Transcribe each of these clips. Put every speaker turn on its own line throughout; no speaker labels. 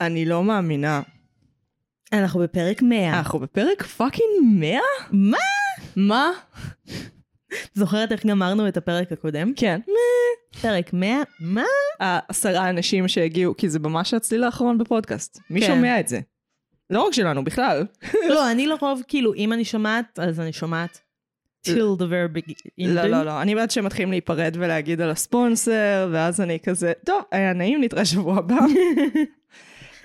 אני לא מאמינה.
אנחנו בפרק 100.
אנחנו בפרק פאקינג 100?
מה?
מה?
זוכרת איך גמרנו את הפרק הקודם?
כן.
פרק 100? מה?
העשרה האנשים שהגיעו, כי זה ממש הצליל האחרון בפודקאסט. מי
כן.
שומע את זה? לא רק שלנו, בכלל.
לא, אני לרוב, כאילו, אם אני שומעת, אז אני שומעת. till the very beginning.
לא, לא, לא. אני בעד שהם מתחילים להיפרד ולהגיד על הספונסר, ואז אני כזה, טוב, היה נעים, נתראה שבוע הבא.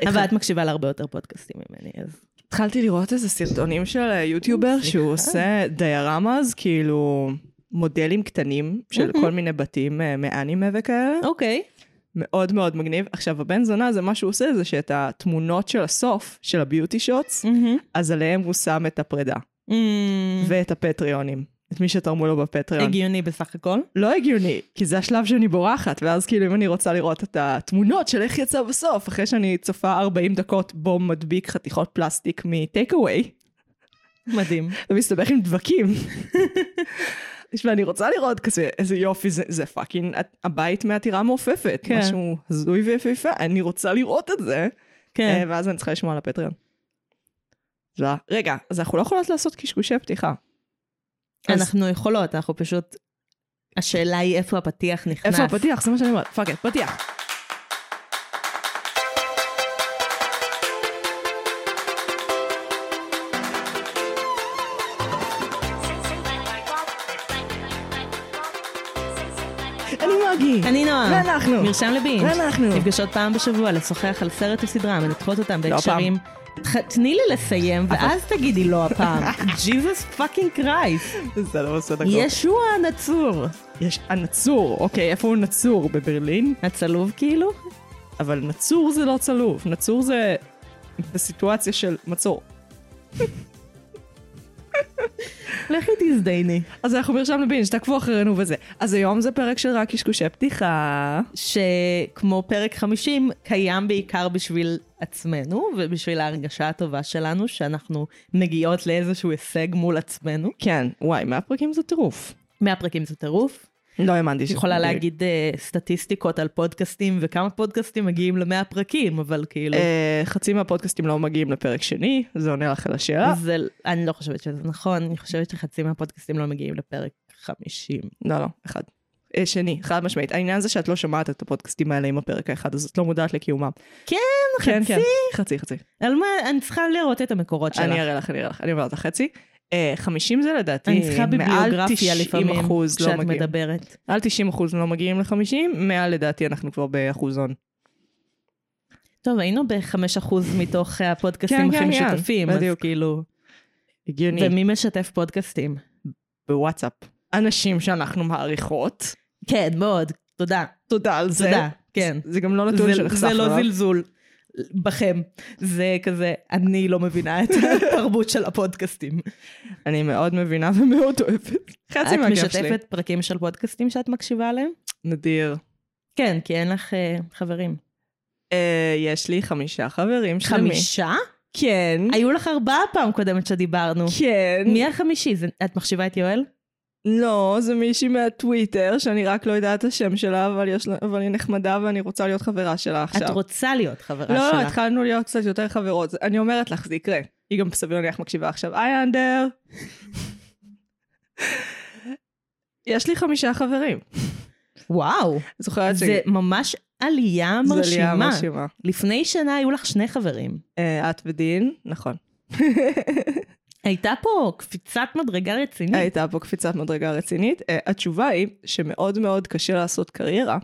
אבל את מקשיבה להרבה יותר פודקאסטים ממני, אז...
התחלתי לראות איזה סרטונים של אה, יוטיובר
סליחה.
שהוא עושה דיירמז, כאילו מודלים קטנים של כל מיני בתים אה, מאנימה וכאלה.
אוקיי.
מאוד מאוד מגניב. עכשיו, הבן זונה הזה, מה שהוא עושה זה שאת התמונות של הסוף, של הביוטי שוטס,
Mm.
אז עליהם הוא שם את הפרידה. ואת הפטריונים. את מי שתרמו לו בפטריון.
Mm-hmm. הגיוני בסך הכל.
לא הגיוני, כי זה השלב שאני בורחת, ואז כאילו אם אני רוצה לראות את התמונות של איך יצא בסוף, אחרי שאני צופה 40 דקות בו מדביק חתיכות פלסטיק מטייק אווי,
מדהים.
ומסתבך עם דבקים. תשמע, אני רוצה לראות כזה, איזה יופי, זה, זה פאקינג הבית מעתירה מעופפת.
כן.
משהו הזוי ויפהפה, אני רוצה לראות את זה. אה,
כן.
ואז אני צריכה לשמוע על הפטריון. זה- רגע, אז אנחנו לא יכולות לעשות קשקושי פתיחה. אז-
אנחנו יכולות, אנחנו פשוט... השאלה היא איפה הפתיח נכנס.
איפה הפתיח? זה מה שאני אומרת. פאק את, פתיח. אני מגי.
אני נועה.
ואנחנו.
מרשם לבינג'.
ואנחנו.
נפגשות פעם בשבוע לשוחח על סרט או סדרה, מנתחות אותם בהקשרים. ח- תני לי לסיים, ואז תגידי לא הפעם. ג'יזוס פאקינג קרייסט.
זה לא בסדר.
ישוע הנצור.
יש הנצור, אוקיי, איפה הוא נצור? בברלין?
הצלוב כאילו?
אבל נצור זה לא צלוב, נצור זה בסיטואציה של מצור.
לכי תזדייני.
אז אנחנו מרשם לבינג', תעקבו אחרינו וזה. אז היום זה פרק של רק קשקושי פתיחה.
שכמו פרק 50, קיים בעיקר בשביל עצמנו, ובשביל ההרגשה הטובה שלנו, שאנחנו מגיעות לאיזשהו הישג מול עצמנו.
כן, וואי, מהפרקים זה טירוף.
מהפרקים זה טירוף.
לא האמנתי ש...
את יכולה להגיד אה, סטטיסטיקות על פודקאסטים וכמה פודקאסטים מגיעים למאה פרקים, אבל כאילו,
אה, חצי מהפודקאסטים לא מגיעים לפרק שני, זה עונה לך על השאלה.
זה, אני לא חושבת שזה נכון, אני חושבת שחצי מהפודקאסטים לא מגיעים לפרק 50.
לא, לא, אחד. אה, שני, חד משמעית. העניין זה שאת לא שומעת את הפודקאסטים האלה עם הפרק האחד, אז את לא מודעת לקיומם.
כן,
כן,
חצי.
כן, חצי, חצי.
על מה, אני צריכה לראות את המקורות שלך.
אני אראה לך, אני אראה לך, אני אומרת לך חצי. אה, 50 זה לדעתי,
אני צריכה
מעל
ביבליוגרפיה
90
לפעמים,
אחוז לא
כשאת
מגיעים.
מדברת.
מעל 90 אחוז לא מגיעים ל-50, מעל לדעתי אנחנו כבר באחוזון.
טוב, היינו ב-5% מתוך
כן,
הפודקאסטים
כן,
הכי
כן,
משותפים, אז
בדיוק.
כאילו...
הגיוני.
ומי משתף פודקאסטים?
בוואטסאפ. אנשים שאנחנו מעריכות,
כן, מאוד, תודה.
תודה על זה.
תודה, כן.
זה גם לא נתון
זה,
שנחשפנו
זה לא
אליו.
זלזול בכם, זה כזה, אני לא מבינה את התרבות של הפודקאסטים.
אני מאוד מבינה ומאוד אוהבת. חצי
את
מהכיף שלי.
משתפת פרקים של פודקאסטים שאת מקשיבה עליהם?
נדיר.
כן, כי אין לך אה, חברים.
אה, יש לי חמישה חברים שלמי.
חמישה?
כן.
היו לך ארבעה פעם קודמת שדיברנו.
כן.
מי החמישי? זה- את מחשיבה את יואל?
לא, זה מישהי מהטוויטר, שאני רק לא יודעת את השם שלה, אבל, יש, לה- אבל היא נחמדה ואני רוצה להיות חברה שלה עכשיו.
את רוצה להיות חברה
לא,
שלה.
לא, התחלנו להיות קצת יותר חברות. זה- אני אומרת לך, זה יקרה. היא גם סביר להניח מקשיבה עכשיו. היי, אנדר. יש לי חמישה חברים.
וואו,
זוכרת
זה ממש עלייה מרשימה.
מרשימה.
לפני שנה היו לך שני חברים.
אה, את ודין, נכון.
הייתה פה קפיצת מדרגה רצינית.
הייתה פה קפיצת מדרגה רצינית. אה, התשובה היא שמאוד מאוד קשה לעשות קריירה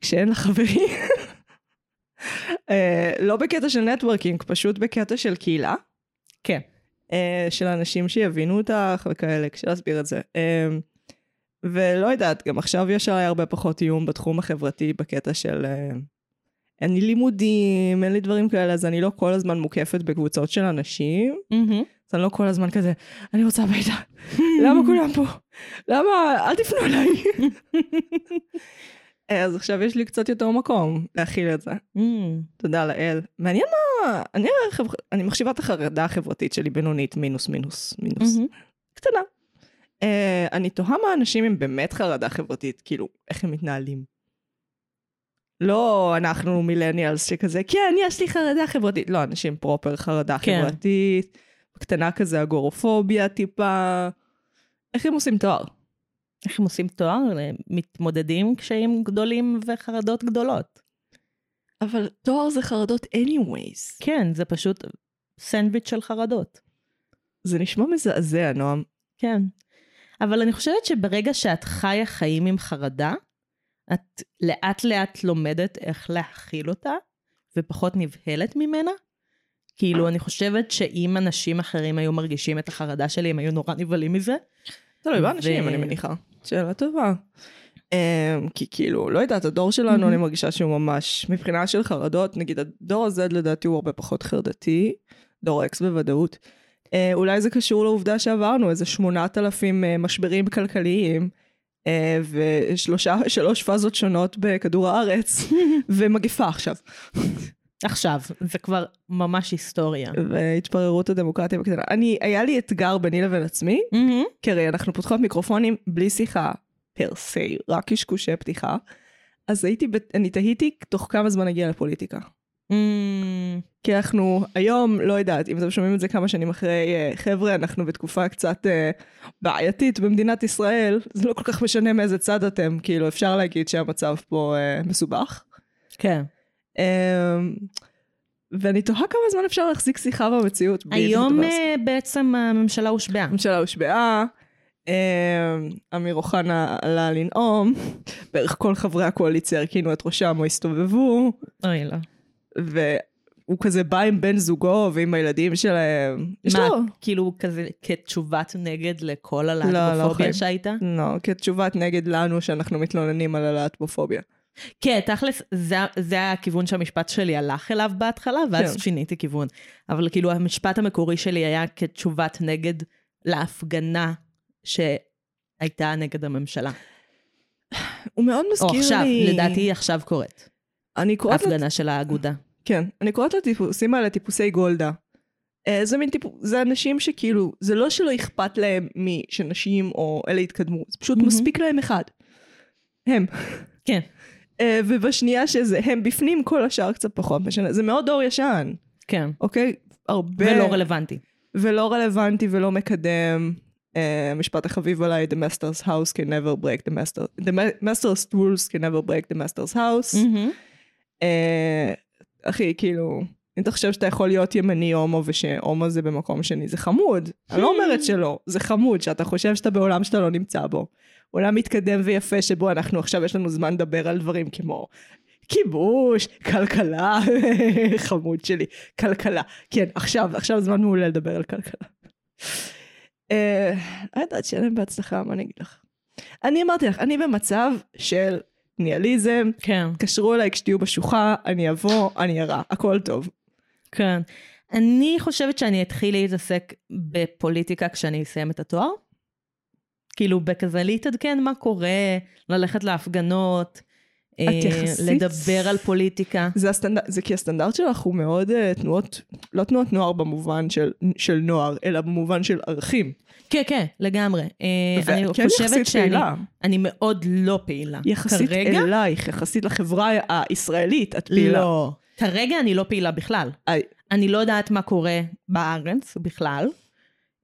כשאין לך חברים. אה, לא בקטע של נטוורקינג, פשוט בקטע של קהילה,
כן.
אה, של אנשים שיבינו אותך וכאלה, קשה להסביר את זה. אה, ולא יודעת, גם עכשיו יש עליי הרבה פחות איום בתחום החברתי, בקטע של... אה, אין לי לימודים, אין לי דברים כאלה, אז אני לא כל הזמן מוקפת בקבוצות של אנשים.
מהמם.
אז אני לא כל הזמן כזה, אני רוצה הביתה, למה כולם פה? למה, אל תפנו אליי. אה, אז עכשיו יש לי קצת יותר מקום להכיל את זה.
מהמם.
תודה לאל. מעניין מה, אני, החבר- אני מחשיבה את החרדה החברתית שלי בינונית, מינוס מינוס מינוס.
מהמם.
קטנה. אה, אני תוהה מה אנשים עם באמת חרדה חברתית, כאילו, איך הם מתנהלים. לא אנחנו מילניאלס שכזה, כן, יש לי חרדה חברתית. לא, אנשים פרופר חרדה
כן.
חברתית, קטנה כזה אגורופוביה טיפה. איך הם עושים תואר?
איך הם עושים תואר? אה, מתמודדים עם קשיים גדולים וחרדות גדולות.
אבל תואר זה חרדות anyways.
כן, זה פשוט סנדוויץ' של חרדות.
זה נשמע מזעזע, נועם.
כן. אבל אני חושבת שברגע שאת חיה חיים עם חרדה, את לאט לאט לומדת איך להכיל אותה, ופחות נבהלת ממנה. כאילו, אני חושבת שאם אנשים אחרים היו מרגישים את החרדה שלי, הם היו נורא נבהלים מזה.
תלוי באנשים, אני מניחה. שאלה טובה. אמ, כי כאילו, לא יודעת, הדור שלנו,
מהמם.
אני מרגישה שהוא ממש, מבחינה של חרדות, נגיד הדור הזה לדעתי הוא הרבה פחות חרדתי, דור אקס בוודאות. אה, אולי זה קשור לעובדה שעברנו איזה 8,000 אה, משברים כלכליים, אה, ושלושה, שלוש פאזות שונות בכדור הארץ, ומגפה עכשיו,
עכשיו, זה כבר ממש היסטוריה.
והתפררות הדמוקרטיה בקטנה. אני, היה לי אתגר ביני לבין עצמי,
מהמם.
כי הרי אנחנו פותחות מיקרופונים בלי שיחה פר סי, רק קשקושי פתיחה. אז הייתי, ב... אני תהיתי תוך כמה זמן נגיע לפוליטיקה.
מהמם.
כי אנחנו היום, לא יודעת, אם אתם שומעים את זה כמה שנים אחרי, אה, חבר'ה, אנחנו בתקופה קצת אה, בעייתית במדינת ישראל, זה לא כל כך משנה מאיזה צד אתם, כאילו, אפשר להגיד שהמצב פה אה, מסובך.
כן.
אה, ואני תוהה כמה זמן אפשר להחזיק שיחה במציאות. בלי
היום
הדבר הזה.
אה, בעצם הממשלה הושבעה.
הממשלה הושבעה, אה, אמיר אוחנה עלה לנאום, בערך כל חברי הקואליציה הרכינו את ראשם או הסתובבו,
אוי, לא.
והוא כזה בא עם בן זוגו ועם הילדים שלהם. יש
מה,
לו...
כאילו כזה כתשובת נגד לכל
לא
הלהטומופוביה
חיים.
שהייתה?
לא, כתשובת נגד לנו שאנחנו מתלוננים על הלהטבופוביה.
כן, תכלס, זה, זה הכיוון שהמשפט שלי הלך אליו בהתחלה, ואז
כן.
כן. שיניתי כיוון. אבל כאילו, המשפט המקורי שלי היה כתשובת נגד להפגנה שהייתה נגד הממשלה.
הוא מאוד
או
מזכיר לי...
עכשיו, לדעתי היא עכשיו קורית.
אני קוראת לת...
ההפגנה של האגודה.
כן, אני קוראת לטיפוסים האלה טיפוסי גולדה. אה, זה מין טיפוס, זה אנשים שכאילו, זה לא שלא אכפת להם משנשים או אלה התקדמו, זה פשוט
מהמם.
מספיק להם אחד. הם.
כן.
אה, ובשנייה שזה הם בפנים, כל השאר קצת פחות לא משנה. זה מאוד דור ישן,
כן.
אוקיי? הרבה...
ולא רלוונטי.
ולא רלוונטי ולא מקדם. אה, המשפט החביב עליי, The master's house can never break the master... The ma- master's tools can never break the master's house.
Mm-hmm.
אה, אחי, כאילו, אם אתה חושב שאתה יכול להיות ימני הומו ושהומו זה במקום שני, זה חמוד. אני לא אומרת שלא, זה חמוד שאתה חושב שאתה בעולם שאתה לא נמצא בו. עולם מתקדם ויפה שבו אנחנו עכשיו יש לנו זמן לדבר על דברים כמו כיבוש, כלכלה, חמוד שלי, כלכלה. כן, עכשיו, עכשיו זמן מעולה לדבר על כלכלה. אה, לא יודעת, שיהיה להם בהצלחה, מה אני אגיד לך? אני אמרתי לך, אני במצב של ניאליזם,
כן.
תתקשרו אליי כשתהיו בשוחה, אני אבוא, אני ארע, הכל טוב.
כן. אני חושבת שאני אתחיל להתעסק בפוליטיקה כשאני אסיים את התואר. כאילו, בכזה להתעדכן מה קורה, ללכת להפגנות, אה,
יחסית-
לדבר על פוליטיקה.
זה, הסטנד... זה כי הסטנדרט שלך הוא מאוד uh, תנועות, לא תנועות נוער במובן של, של נוער, אלא במובן של ערכים.
כן, כן, לגמרי. אה,
ואת
אני
כן
חושבת
יחסית
שאני
פעילה.
אני מאוד לא פעילה.
יחסית
כרגע,
אלייך, יחסית לחברה הישראלית, את פעילה.
לא. כרגע אני לא פעילה בכלל.
אי.
אני לא יודעת מה קורה בארץ בכלל.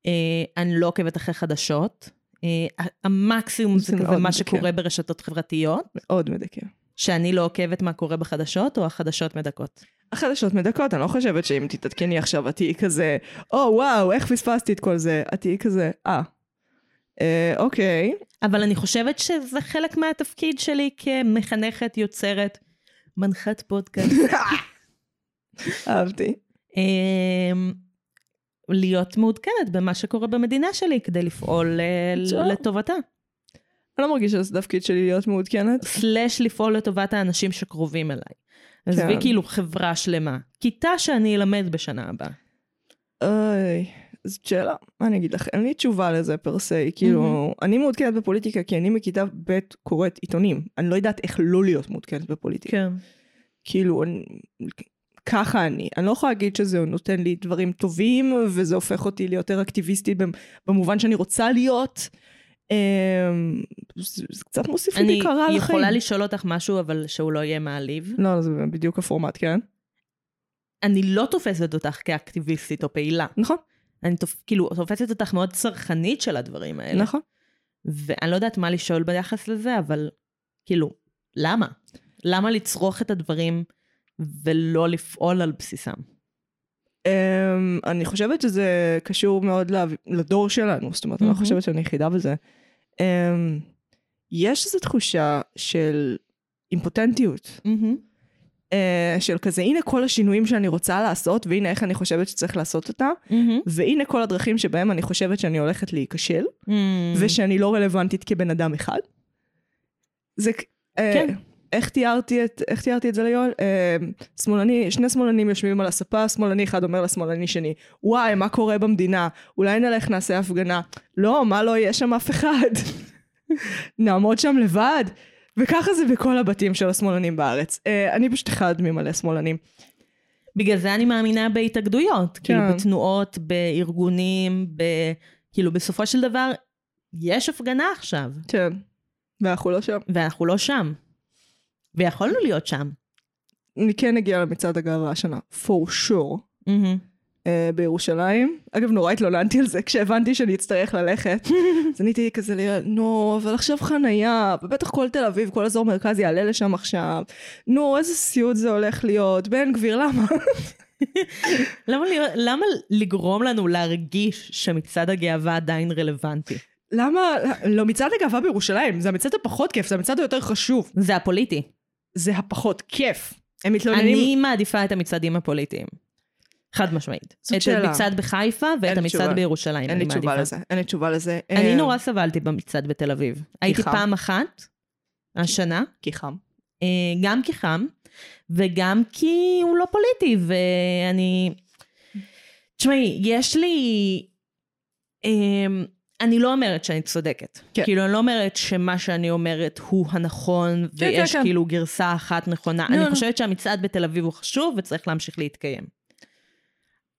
אה, אני לא עוקבת אחרי חדשות. אה, המקסימום
זה
זה כזה
מאוד
מה
מדכא.
שקורה ברשתות חברתיות.
מאוד מדכא.
שאני לא עוקבת מה קורה בחדשות, או החדשות מדכאות.
החדשות מדכאות, אני לא חושבת שאם תתעדכני עכשיו, את תהיי כזה, או וואו, איך פספסתי את כל זה? את תהיי כזה, אה. אה, אוקיי.
אבל אני חושבת שזה חלק מהתפקיד שלי כמחנכת, יוצרת, מנחת פודקאסט.
אהבתי.
אמ, להיות מעודכנת במה שקורה במדינה שלי כדי לפעול אה, ל-
טוב.
לטובתה.
אני לא מרגישה שזה תפקיד שלי להיות מעודכנת.
סלאש לפעול לטובת האנשים שקרובים אליי. עזבי
כן.
כאילו חברה שלמה. כיתה שאני אלמד בשנה הבאה.
אוי, זאת שאלה, מה אני אגיד לך? אין לי תשובה לזה פר סי, כאילו, אני מעודכנת בפוליטיקה כי אני מכיתה ב' קוראת עיתונים. אני לא יודעת איך לא להיות מעודכנת בפוליטיקה.
כן.
כאילו, אני- ככה אני. אני לא יכולה להגיד שזה נותן לי דברים טובים, וזה הופך אותי ליותר אקטיביסטית במ- במובן שאני רוצה להיות. אמ, זה זה קצת מוסיף לי
אני
דיכאון לחיים.
יכולה לשאול אותך משהו, אבל שהוא לא יהיה מעליב.
לא, זה בדיוק הפורמט, כן?
אני לא תופסת אותך כאקטיביסטית או פעילה.
נכון,
אני תופ... כאילו תופסת אותך מאוד צרכנית של הדברים האלה.
נכון.
ואני לא יודעת מה לשאול ביחס לזה, אבל כאילו, למה? למה לצרוך את הדברים ולא לפעול על בסיסם?
אמ, אני חושבת שזה קשור מאוד לאו- לדור שלנו, זאת אומרת, אני לא
מהמם.
חושבת שאני היחידה בזה. אמ, יש איזו תחושה של אימפוטנטיות, אה, של כזה, הנה כל השינויים שאני רוצה לעשות, והנה איך אני חושבת שצריך לעשות אותם, והנה כל הדרכים שבהם אני חושבת שאני הולכת להיכשל,
וש...
ושאני לא רלוונטית כבן אדם אחד. זה... כ- אה,
כן.
איך תיארתי, את, איך תיארתי את זה ליואל? אה, שמאלני, שני שמאלנים יושבים על הספה, שמאלני אחד אומר לשמאלני שני, וואי, מה קורה במדינה? אולי נלך נעשה הפגנה. לא, מה לא, יש שם אף אחד. נעמוד שם לבד. וככה זה בכל הבתים של השמאלנים בארץ. אה, אני פשוט אחד ממלא שמאלנים.
בגלל זה אני מאמינה בהתאגדויות, כאילו
כן.
בתנועות, בארגונים, ב... כאילו בסופו של דבר, יש הפגנה עכשיו,
כן. ואנחנו לא שם.
ואנחנו לא שם. ויכולנו להיות שם.
אני כן אגיע למצעד הגאווה השנה, for sure. אה, בירושלים. אגב, נורא התלוננתי על זה כשהבנתי שאני אצטרך ללכת. אז אני הייתי כזה ליד, נו, אבל עכשיו חנייה, ובטח כל תל אביב, כל אזור מרכז יעלה לשם עכשיו. נו, איזה סיוט זה הולך להיות. בן גביר, למה?
למה, להיות- למה לגרום לנו להרגיש שמצעד הגאווה עדיין רלוונטי?
למה? לא, מצעד הגאווה בירושלים, זה המצעד הפחות כיף, זה המצעד היותר חשוב.
זה הפוליטי.
זה הפחות כיף. הם מתלוננים...
אני מעדיפה את המצעדים הפוליטיים. חד משמעית.
זאת
את
שאלה.
המצעד בחיפה
אין
ואת
לי תשובה.
המצעד בירושלים.
אין לי
אני
תשובה
מעדיפה.
לזה, אין לי תשובה לזה.
אני
אה,
נורא סבלתי במצעד בתל אביב. הייתי
חם.
פעם אחת, השנה,
כי חם.
אה, גם כי חם, וגם כי הוא לא פוליטי, ואני... תשמעי, יש לי... אמ, אני לא אומרת שאני צודקת.
כן.
כאילו, אני לא אומרת שמה שאני אומרת הוא הנכון,
כן,
ויש
כן.
כאילו גרסה אחת נכונה.
לא,
אני
לא.
חושבת שהמצעד בתל אביב הוא חשוב וצריך להמשיך להתקיים.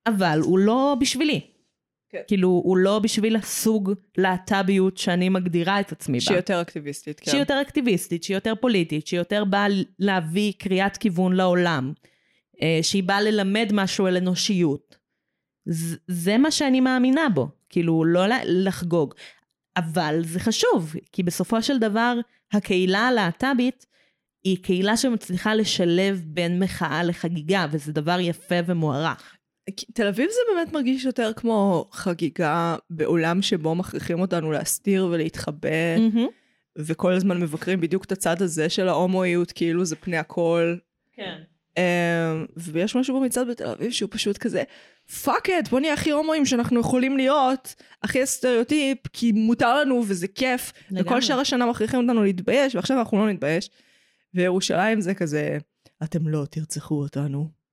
אבל הוא לא בשבילי.
כן.
כאילו, הוא לא בשביל הסוג להט"ביות שאני מגדירה את עצמי בה.
שהיא יותר אקטיביסטית, כן.
שהיא יותר אקטיביסטית, שהיא יותר פוליטית, שהיא יותר באה להביא קריאת כיוון לעולם, אה, שהיא באה ללמד משהו על אנושיות. ז- זה מה שאני מאמינה בו, כאילו לא ל- לחגוג. אבל זה חשוב, כי בסופו של דבר הקהילה הלהט"בית היא קהילה שמצליחה לשלב בין מחאה לחגיגה, וזה דבר יפה ומוערך.
כי תל אביב זה באמת מרגיש יותר כמו חגיגה בעולם שבו מכריחים אותנו להסתיר ולהתחבא, וכל הזמן מבקרים בדיוק את הצד הזה של ההומואיות, כאילו זה פני הכל.
כן.
אמ, ויש משהו במצעד בתל אביב שהוא פשוט כזה, פאק את, בוא נהיה הכי הומואים שאנחנו יכולים להיות, הכי סטריאוטיפ, כי מותר לנו וזה כיף, וכל
לגמרי.
שאר השנה מכריחים אותנו להתבייש, ועכשיו אנחנו לא נתבייש. וירושלים זה כזה, אתם לא תרצחו אותנו.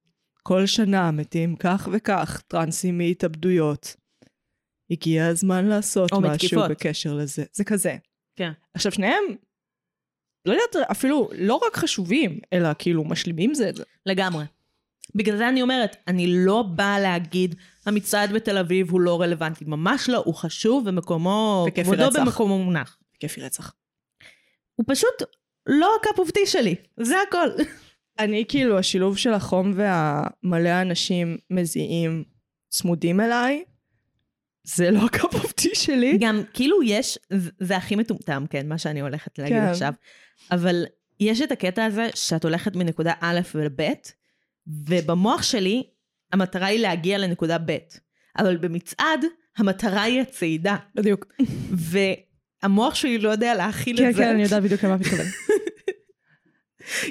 כל שנה מתים כך וכך טרנסים מהתאבדויות. הגיע הזמן לעשות
או
משהו
מתקיפות.
בקשר לזה. זה כזה.
כן.
עכשיו, שניהם, לא יודעת, אפילו לא רק חשובים, אלא כאילו משלימים זה את זה.
לגמרי. בגלל זה אני אומרת, אני לא באה להגיד, המצעד בתל אביב הוא לא רלוונטי. ממש לא, הוא חשוב ומקומו,
וכיף
כבודו
לרצח.
במקומו מונח.
כיפי רצח.
הוא פשוט לא הקאפ אוף טי שלי, זה הכל.
אני כאילו, השילוב של החום והמלא האנשים מזיעים צמודים אליי, זה לא הקו אופטי שלי.
גם כאילו יש, זה- זה הכי מטומטם, כן, מה שאני הולכת להגיד
כן.
עכשיו, אבל יש את הקטע הזה שאת הולכת מנקודה א' לב', ובמוח שלי המטרה היא להגיע לנקודה ב', אבל במצעד המטרה היא הצעידה,
בדיוק.
והמוח שלי לא יודע להכיל
כן,
את זה.
כן, אני יודעת בדיוק למה את מתכוונת.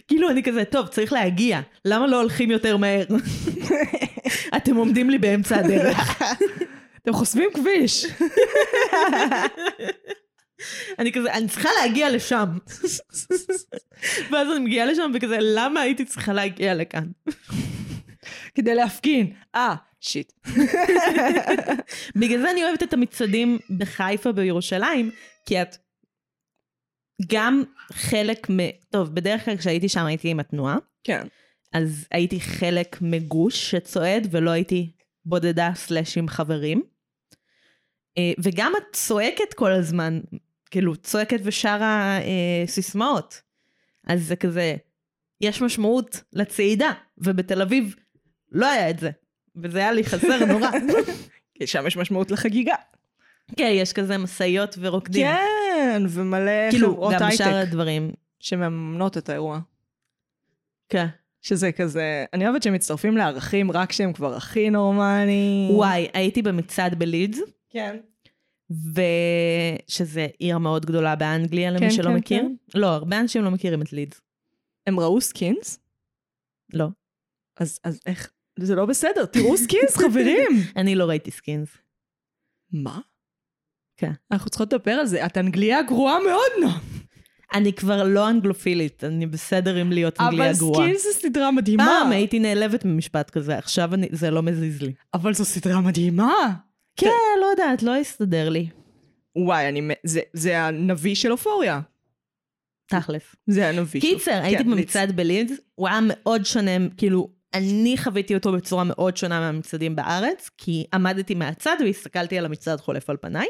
כאילו אני כזה, טוב, צריך להגיע, למה לא הולכים יותר מהר? אתם עומדים לי באמצע הדרך.
אתם חוסמים כביש.
אני כזה, אני צריכה להגיע לשם. ואז אני מגיעה לשם וכזה, למה הייתי צריכה להגיע לכאן?
כדי להפגין. אה, שיט.
בגלל זה אני אוהבת את המצעדים בחיפה, בירושלים, כי את גם חלק מ... טוב, בדרך כלל כשהייתי שם הייתי עם התנועה,
כן.
אז הייתי חלק מגוש שצועד ולא הייתי בודדה סלאש עם חברים. אה, וגם את צועקת כל הזמן כאילו צועקת ושרה אה, סיסמאות. אז זה כזה, יש משמעות לצעידה, ובתל אביב לא היה את זה. וזה היה לי חסר נורא.
כי שם יש משמעות לחגיגה.
כן, יש כזה משאיות ורוקדים.
כן, ומלא
כאילו,
חברות
גם שאר
הייטק
הדברים.
שמממנות את האירוע.
כן.
שזה כזה, אני אוהבת שהם מצטרפים לערכים רק כשהם כבר הכי נורמליים.
וואי, הייתי במצעד בלידס,
כן.
ושזה עיר מאוד גדולה באנגליה,
כן,
למי שלא
כן,
מכיר. לא, הרבה אנשים לא מכירים את לידס.
הם ראו סקינס?
לא.
אז, אז איך? זה לא בסדר, תראו סקינס, חברים!
אני לא ראיתי סקינס.
מה?
כן.
אנחנו צריכות לדבר על זה, את אנגליה גרועה מאוד, נו.
אני כבר לא אנגלופילית, אני בסדר עם להיות אנגליה
אבל
גרועה.
סקינס זו סדרה מדהימה.
פעם הייתי נעלבת ממשפט כזה, עכשיו אני, זה לא מזיז לי.
אבל זו סדרה מדהימה.
כן, לא יודעת, לא הסתדר לי.
וואי, אני... מ- זה, זה הנביא של אופוריה.
תכלס.
זה הנביא של...
קיצר, הייתי
כן,
במצעד בלידס, הוא היה מאוד שונה, כאילו, אני חוויתי אותו בצורה מאוד שונה מהמצעדים בארץ, כי עמדתי מהצד והסתכלתי על המצעד חולף על פניי,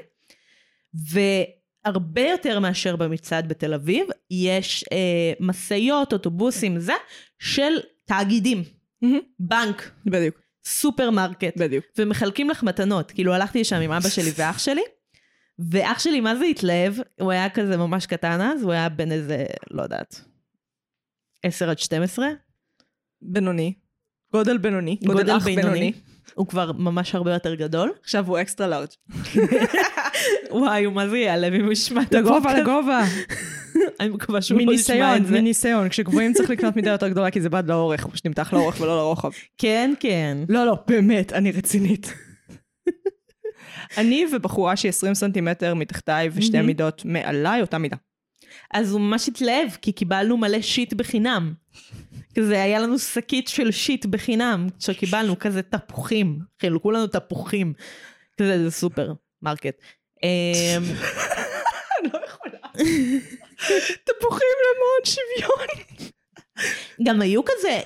והרבה יותר מאשר במצעד בתל אביב, יש אה, משאיות, אוטובוסים, זה, של תאגידים,
מהמם.
בנק,
בדיוק,
סופרמרקט,
בדיוק.
ומחלקים לך מתנות. כאילו, הלכתי לשם עם אבא שלי ואח שלי, ואח שלי, מה זה התלהב? הוא היה כזה ממש קטן אז, הוא היה בן איזה, לא יודעת, 10 עד 12.
בינוני. גודל בינוני. גודל
גודל
אח בינוני.
בינוני. הוא כבר ממש הרבה יותר גדול.
עכשיו הוא אקסטרה לארג'.
וואי, הוא מה זה יעלב אם הוא ישמע את
לגובה,
הפודקאסט?
לגובה.
אני מקווה שהוא לא ישמע
מניסיון,
את זה.
מניסיון. כשגבוהים צריך לקנות מידה יותר גדולה, כי זה בד לאורך, הוא שנמתח לאורך ולא לרוחב.
כן, כן.
לא, לא, באמת, אני רצינית. אני ובחורה שהיא 20 סנטימטר מתחתיי ושתי
מהמם.
מידות מעליי, אותה מידה.
אז הוא ממש התלהב, כי קיבלנו מלא שיט בחינם. כזה, היה לנו שקית של שיט בחינם, שקיבלנו כזה תפוחים. חילקו לנו תפוחים. כזה, זה סופר מרקט. אמ,
אני לא יכולה. תפוחים למעון שוויון.
גם היו כזה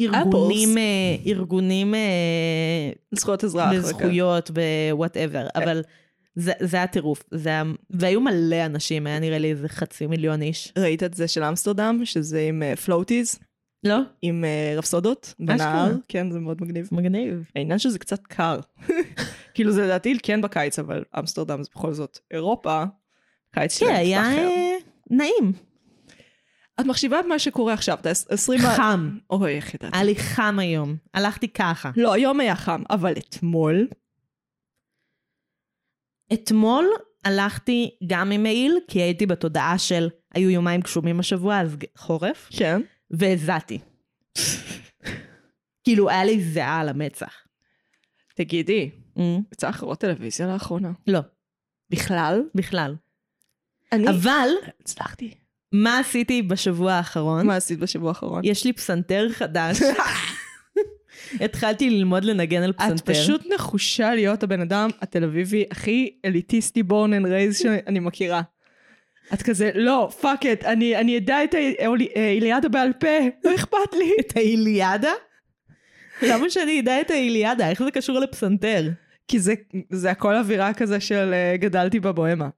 ארגונים, אה, ארגונים אה,
זכויות אזרח. אוקיי.
לזכויות ווואטאבר, אבל זה זה היה טירוף. זה היה- והיו מלא אנשים, היה נראה לי איזה חצי מיליון איש.
ראית את זה של אמסטרדם, שזה עם אה, פלוטיז,
לא?
עם אה, רפסודות בנהר?
אשכרה.
כן, זה מאוד מגניב.
מגניב.
העניין שזה קצת קר. כאילו זה לדעתי כן בקיץ, אבל אמסטרדם זה בכל זאת אירופה. קיץ
כן,
שלהם
היה
טיפה אחר.
אה, נעים.
את מחשיבה את מה שקורה עכשיו, את ה-20...
חם.
אוי, איך ידעתי.
היה לי חם היום. הלכתי ככה.
לא, היום היה חם, אבל אתמול...
אתמול הלכתי גם עם מעיל, כי הייתי בתודעה של היו יומיים גשומים השבוע, אז ג- חורף,
כן.
והזעתי. כאילו, היה לי זיעה על המצח.
תגידי,
אמ,
יצא אחרות טלוויזיה לאחרונה.
לא,
בכלל?
בכלל.
אני...
אבל,
הצלחתי.
מה עשיתי בשבוע האחרון?
מה עשית בשבוע האחרון?
יש לי פסנתר חדש. התחלתי ללמוד לנגן על
את
פסנתר.
פשוט נחושה להיות הבן אדם התל אביבי הכי אליטיסטי בורן אנד רייז שאני מכירה. את כזה, לא, פאק את, אני אני אדע את האולי- אה, איליאדה בעל פה, לא אכפת לי.
את האיליאדה? למה שאני אדע את האיליאדה? איך זה קשור לפסנתר?
כי זה- זה הכל אווירה כזה של אה, גדלתי בבוהמה.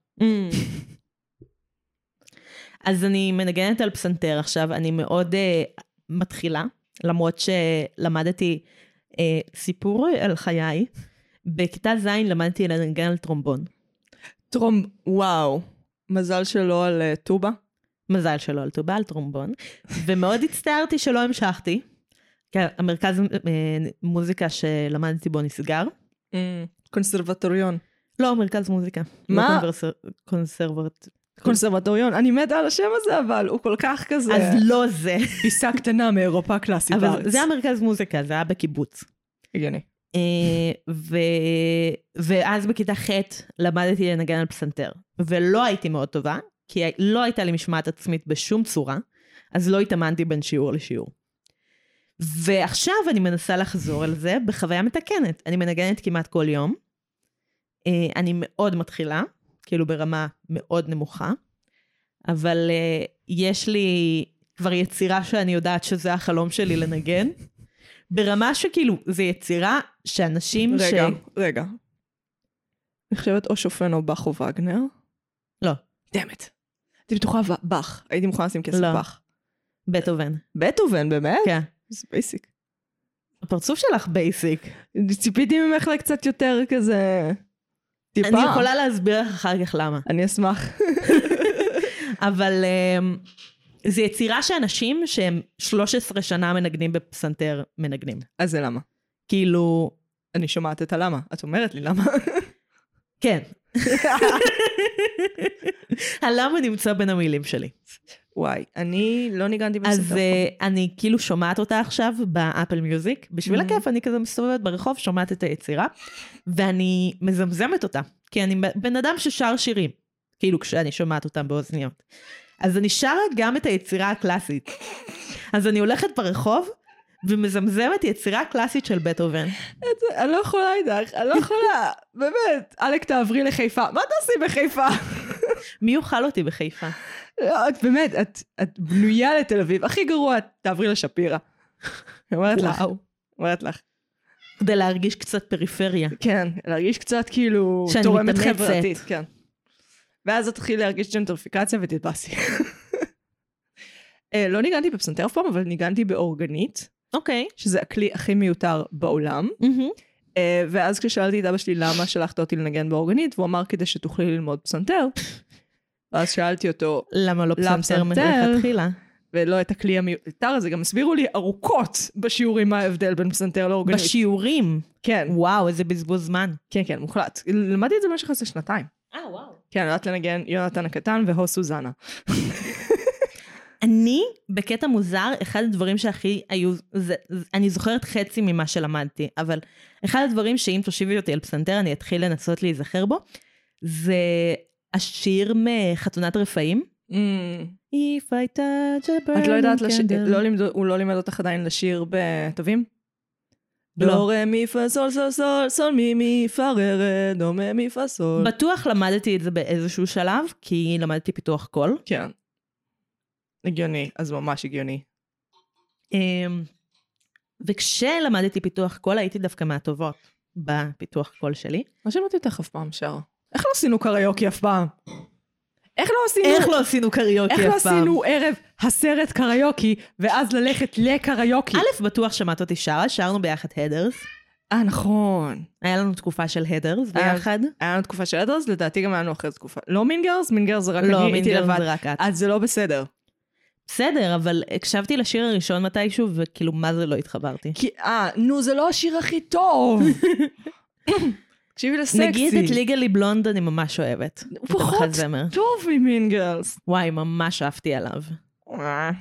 אז אני מנגנת על פסנתר עכשיו, אני מאוד uh, מתחילה, למרות שלמדתי uh, סיפור על חיי. בכיתה ז' למדתי לנגן על טרומבון.
טרום, וואו. מזל שלא על אה, טובה.
מזל שלא על טובה, על טרומבון. ומאוד הצטערתי שלא המשכתי. כי המרכז אה, מוזיקה שלמדתי בו נסגר.
Mm. קונסרבטוריון.
לא, מרכז מוזיקה.
מה?
לא קונברס... קונסרבט...
קונסרבטוריון, אני מתה על השם הזה, אבל הוא כל כך כזה...
אז לא זה.
פיסה קטנה מאירופה הקלאסית בארץ.
אבל זה המרכז מוזיקה, זה היה בקיבוץ.
הגיוני.
אה, ו... ואז בכיתה ח' למדתי לנגן על פסנתר. ולא הייתי מאוד טובה, כי לא הייתה לי משמעת עצמית בשום צורה, אז לא התאמנתי בין שיעור לשיעור. ועכשיו אני מנסה לחזור על זה בחוויה מתקנת. אני מנגנת כמעט כל יום. אה, אני מאוד מתחילה, כאילו ברמה מאוד נמוכה, אבל אה, יש לי כבר יצירה שאני יודעת שזה החלום שלי לנגן. ברמה שכאילו, זו יצירה שאנשים ש...
רגע, רגע. אני חושבת או שופן או באך או וגנר.
לא.
דמת. הייתי בטוחה ו- באך. הייתי מוכנה לשים כסף
לא.
באך.
בטהובן.
בטהובן, באמת?
כן.
זה בייסיק.
הפרצוף שלך בייסיק.
ציפיתי ממך לקצת יותר כזה... טיפה.
אני יכולה להסביר לך אחר כך למה.
אני אשמח.
אבל אמ, זו יצירה שאנשים שהם 13 שנה מנגנים בפסנתר מנגנים.
אז זה למה.
כאילו,
אני שומעת את הלמה. את אומרת לי למה.
כן. הלמה נמצא בין המילים שלי.
וואי, אני לא ניגנתי
אז
בספר.
אה, אני כאילו שומעת אותה עכשיו באפל מיוזיק. בשביל
Mhm.
הכיף, אני כזה מסתובבת ברחוב, שומעת את היצירה, ואני מזמזמת אותה. כי אני בן אדם ששר שירים, כאילו כשאני שומעת אותם באוזניות. אז אני שרה גם את היצירה הקלאסית. אז אני הולכת ברחוב ומזמזמת יצירה קלאסית של בטהובן.
את- אני לא יכולה איתך, אני לא יכולה. באמת. עלק, תעברי לחיפה. מה תעשי בחיפה?
מי יאכל אותי בחיפה?
לא, את באמת, את, את בנויה לתל אביב. הכי גרוע, את תעברי לשפירא. אני אומרת לך,
וואו.
אומרת לך.
כדי להרגיש קצת פריפריה.
כן, להרגיש קצת כאילו
שאני
תורמת
מתאמצת.
חברתית. כן. ואז את תתחילי להרגיש ג'נטריפיקציה ותתבאסי. אה, לא ניגנתי בפסנתר אף פעם, אבל ניגנתי באורגנית,
אוקיי.
שזה הכלי הכי מיותר בעולם.
מהמם.
אה, ואז כששאלתי את אבא שלי למה שלחת אותי לנגן באורגנית, והוא אמר כדי שתוכלי ללמוד פסנתר. ואז שאלתי אותו,
למה לא
למה
פסנתר
פסנתר?
מלכתחילה?
ולא את הכלי המיותר הזה, גם הסבירו לי ארוכות בשיעורים מה ההבדל בין פסנתר לאורגנית.
בשיעורים.
כן,
וואו, איזה בזבוז זמן.
כן, כן, מוחלט. למדתי את זה במשך איזה שנתיים.
אה, וואו.
כן, אני יודעת לנגן יונתן הקטן והו סוזנה.
אני, בקטע מוזר, אחד הדברים שהכי היו, זה, זה, אני זוכרת חצי ממה שלמדתי, אבל אחד הדברים שאם תושיבי אותי על פסנתר, אני אתחיל לנסות להיזכר בו, זה השיר מחתונת רפאים.
Mm.
If I touch a burning
את לא יודעת, לש-
candle.
לא לימדו- הוא לא לימד אותך עדיין לשיר בטובים?
לא.
דו רה מי פה סול סול סול סול מי מי פה רה רה דו מי מי פה סול.
בטוח למדתי את זה באיזשהו שלב, כי למדתי פיתוח קול.
כן. הגיוני, אז ממש הגיוני.
אמ, וכשלמדתי פיתוח קול, הייתי דווקא מהטובות בפיתוח קול שלי.
לא שמעתי אותך אף פעם שרה. איך לא עשינו קריוקי אף פעם? איך לא עשינו...
איך לא עשינו קריוקי אף
איך
פעם?
לא עשינו ערב הסרט קריוקי, ואז ללכת לקריוקי?
א', בטוח שמעת אותי שרה, שרנו ביחד הדרס.
אה, נכון.
היה לנו תקופה של הדרס ביחד.
היה לנו תקופה של אדרס, לדעתי גם היה לנו אחרי תקופה. לא מינגרס, מינגרס זה רק
לא,
אני, הייתי
מינגר
לבד.
זה רק את.
אז זה לא בסדר.
בסדר, אבל הקשבתי לשיר הראשון מתישהו, וכאילו, מה זה לא התחברתי?
כי, אה, נו, זה לא השיר הכי טוב. תקשיבי לסקסי.
נגיד את ליגלי בלונד אני ממש אוהבת.
הוא
בתוך
פחות
הזמר.
טוב ממינגרס.
וואי, ממש עפתי עליו. אה,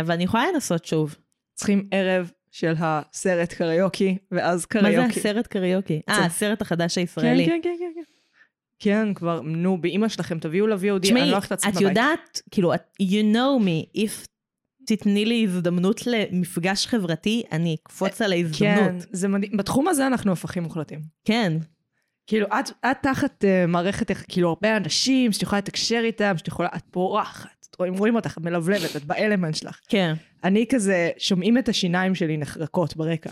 אבל אני יכולה לנסות שוב.
צריכים ערב של הסרט קריוקי, ואז
מה
קריוקי.
זה הסרט קריוקי? אה,
זה-
הסרט החדש
כן,
הישראלי.
כן, כן, כן. כן. כן, כבר, נו, באימא שלכם, תביאו ל-VOD, אני
תשמעי,
לא הולכת לעצמי
את
בבית.
יודעת, כאילו, את- you know me, if תתני לי הזדמנות למפגש חברתי, אני אקפוץ על
כן,
ההזדמנות.
זה מדהים. בתחום הזה אנחנו הפכים מוחלטים.
כן.
כאילו, את, את תחת uh, מערכת, איך- כאילו, הרבה אנשים שאת יכולה לתקשר איתם, שאת יכולה, את פורחת. את רואים, רואים אותך, את מלבלבת, את באלמנט שלך.
כן.
אני כזה, שומעים את השיניים שלי נחרקות ברקע.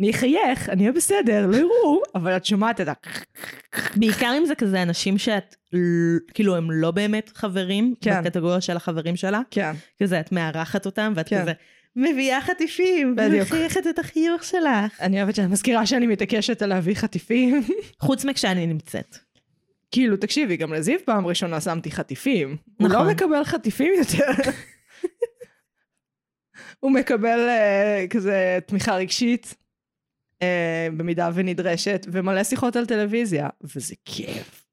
אני אחייך, אני אהיה בסדר, לא יראו, אבל את שומעת את ה...
בעיקר אם זה כזה אנשים שאת, ל- כאילו הם לא באמת חברים,
כן.
בקטגוריה של החברים שלה,
כן.
כזה את מארחת אותם ואת
כן.
כזה מביאה חטיפים,
בדיוק.
ומחייכת את החיוך שלך.
אני אוהבת שאת מזכירה שאני מתעקשת על להביא חטיפים.
חוץ מכשאני נמצאת.
כאילו, תקשיבי, גם לזיו פעם ראשונה שמתי חטיפים. הוא
נכון.
לא מקבל חטיפים יותר. הוא מקבל אה, כזה תמיכה רגשית, אה, במידה ונדרשת, ומלא שיחות על טלוויזיה, וזה כיף.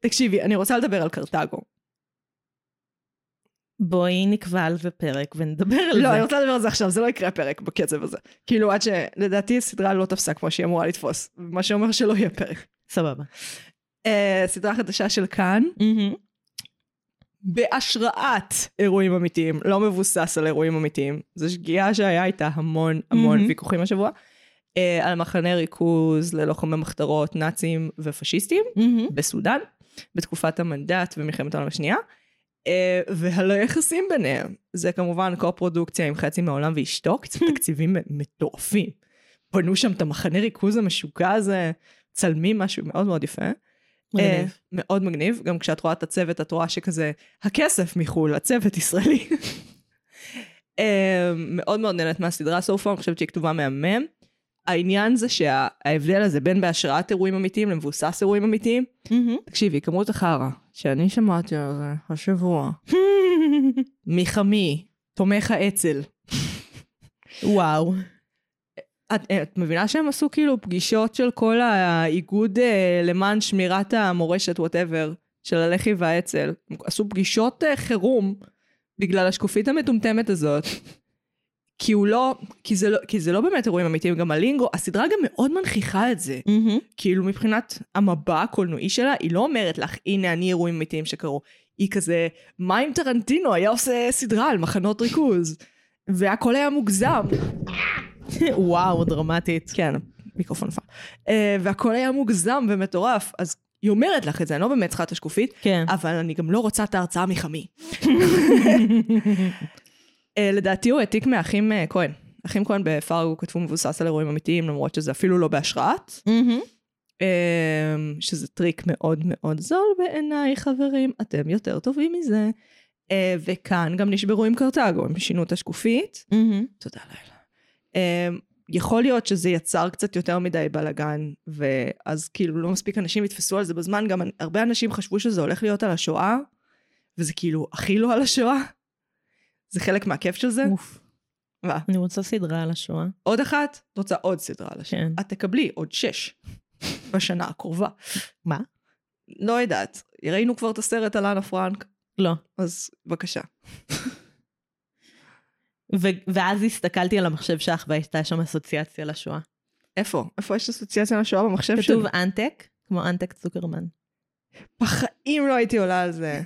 תקשיבי, אני רוצה לדבר על קרתגו.
בואי נקבע על זה פרק ונדבר על
לא,
זה.
אני רוצה לדבר על זה עכשיו, זה לא יקרה פרק בקצב הזה. כאילו, עד שלדעתי הסדרה לא תפסה כמו שהיא אמורה לתפוס, מה שאומר שלא יהיה פרק.
סבבה.
אה, סדרה חדשה של כאן,
מהמם.
בהשראת אירועים אמיתיים, לא מבוסס על אירועים אמיתיים. זו שגיאה שהיה איתה המון המון
מהמם.
mm-hmm. ויכוחים השבוע. אה, על מחנה ריכוז ללוחמי מחתרות נאצים ופשיסטים
מהמם.
בסודאן, בתקופת המנדט ומלחמת העולם השנייה. אה, ועל היחסים ביניהם. זה כמובן קו-פרודוקציה עם חצי מהעולם ואשתו, כי זה תקציבים מטורפים. בנו שם את המחנה ריכוז המשוגע הזה, צלמים משהו מאוד מאוד יפה. אה, מאוד מגניב. גם כשאת רואה את הצוות, את רואה שכזה, הכסף מחו"ל, הצוות ישראלי. אה, מאוד מאוד נהנית מהסדרה so far, אני חושבת שהיא כתובה מהמם. העניין זה שההבדל הזה בין בהשראת אירועים אמיתיים למבוסס אירועים אמיתיים,
מהמם.
תקשיבי, כמות החרא שאני שמעתי על זה השבוע, מחמי, תומך האצ"ל.
וואו.
את, אה, את מבינה שהם עשו כאילו פגישות של כל האיגוד אה, למען שמירת המורשת, וואטאבר, של הלח"י והאצ"ל. הם עשו פגישות אה, חירום בגלל השקופית המטומטמת הזאת. כי הוא לא, כי זה לא, כי זה לא באמת אירועים אמיתיים, גם הלינגו, הסדרה גם מאוד מנכיחה את זה.
מהמם.
כאילו מבחינת המבע הקולנועי שלה, היא לא אומרת לך, הנה אני אירועים אמיתיים שקרו. היא כזה, מה אם טרנטינו היה עושה סדרה על מחנות ריכוז? והכל היה מוגזם.
וואו, דרמטית.
כן, מיקרופון נפל. אה, והכל היה מוגזם ומטורף, אז היא אומרת לך את זה, אני לא באמת צריכה את השקופית,
כן.
אבל אני גם לא רוצה את ההרצאה מחמי. אה, לדעתי הוא העתיק מהאחים אה, כהן. אחים כהן בפרגו כתבו מבוסס על אירועים אמיתיים, למרות שזה אפילו לא בהשראת.
מהמם.
אמ, שזה טריק מאוד מאוד זול בעיניי, חברים, אתם יותר טובים מזה. אה, וכאן גם נשברו עם קרתגו, הם שינו את השקופית.
מהמם.
תודה לילה. אמ, יכול להיות שזה יצר קצת יותר מדי בלאגן, ואז כאילו לא מספיק אנשים יתפסו על זה בזמן, גם הרבה אנשים חשבו שזה הולך להיות על השואה, וזה כאילו הכי לא על השואה. זה חלק מהכיף של זה.
אוף.
מה?
אני רוצה סדרה על השואה.
עוד אחת, את רוצה עוד סדרה על השם.
כן.
את תקבלי עוד שש בשנה הקרובה.
מה?
לא יודעת, ראינו כבר את הסרט על אנה פרנק,
לא.
אז בבקשה.
ו- ואז הסתכלתי על המחשב שלך והייתה שם אסוציאציה לשואה.
איפה? איפה יש אסוציאציה לשואה במחשב שלי?
כתוב אנטק, כמו אנטק צוקרמן.
בחיים לא הייתי עולה על זה.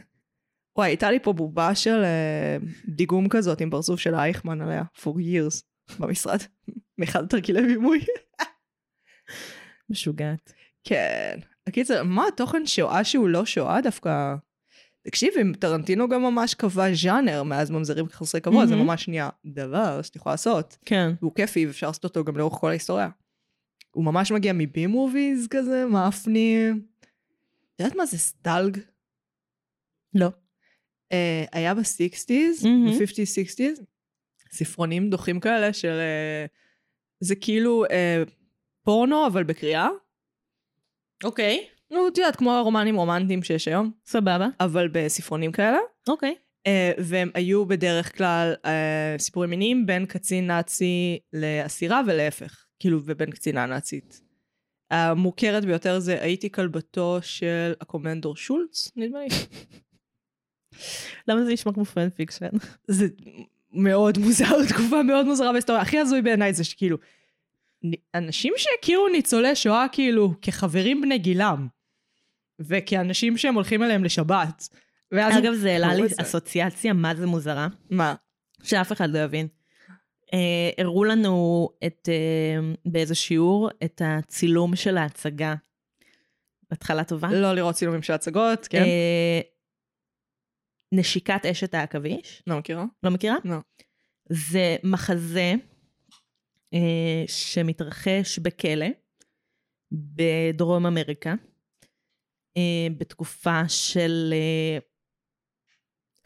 וואי, הייתה לי פה בובה של אה, דיגום כזאת עם פרצוף של אייכמן עליה, for years, במשרד, מאחד תרגילי בימוי.
משוגעת.
כן. הקיצר, מה התוכן שואה שהוא לא שואה דווקא? תקשיבי, טרנטינו גם ממש קבע ז'אנר מאז ממזרים חסרי כבוד, זה
מהמם.
ממש נהיה דבר שאת יכולה לעשות.
כן.
והוא כיפי, ואפשר לעשות אותו גם לאורך כל ההיסטוריה. הוא ממש מגיע מבי מוביז כזה, מאפנים. את יודעת מה זה סטלג?
לא.
אה, היה בסיקסטיז,
מהמם.
ב-50-60's, ספרונים דוחים כאלה של... אה, זה כאילו אה, פורנו, אבל בקריאה.
אוקיי.
נו, את יודעת, כמו הרומנים רומנטיים שיש היום,
סבבה.
אבל בספרונים כאלה.
אוקיי.
אה, והם היו בדרך כלל אה, סיפורים מיניים בין קצין נאצי לאסירה ולהפך, כאילו, ובין קצינה נאצית. המוכרת ביותר זה הייתי כלבתו של הקומנדור שולץ, נדמה לי.
למה זה נשמע כמו פרנד פיקשן?
זה מאוד מוזר, תקופה מאוד מוזרה בהיסטוריה. הכי הזוי בעיניי זה שכאילו, נ- אנשים שהכירו ניצולי שואה כאילו כחברים בני גילם, וכאנשים שהם הולכים אליהם לשבת. ואז...
אגב, זה העלה לי
ברור, זה-
אסוציאציה, מה זה מוזרה?
מה?
שאף אחד לא יבין. אה, הראו לנו את, אה, באיזה שיעור את הצילום של ההצגה. התחלה טובה.
לא לראות צילומים של הצגות, כן?
אה, נשיקת אשת העכביש,
לא מכירה?
לא מכירה?
לא.
זה מחזה אה, שמתרחש בכלא בדרום אמריקה, אה, בתקופה של אה,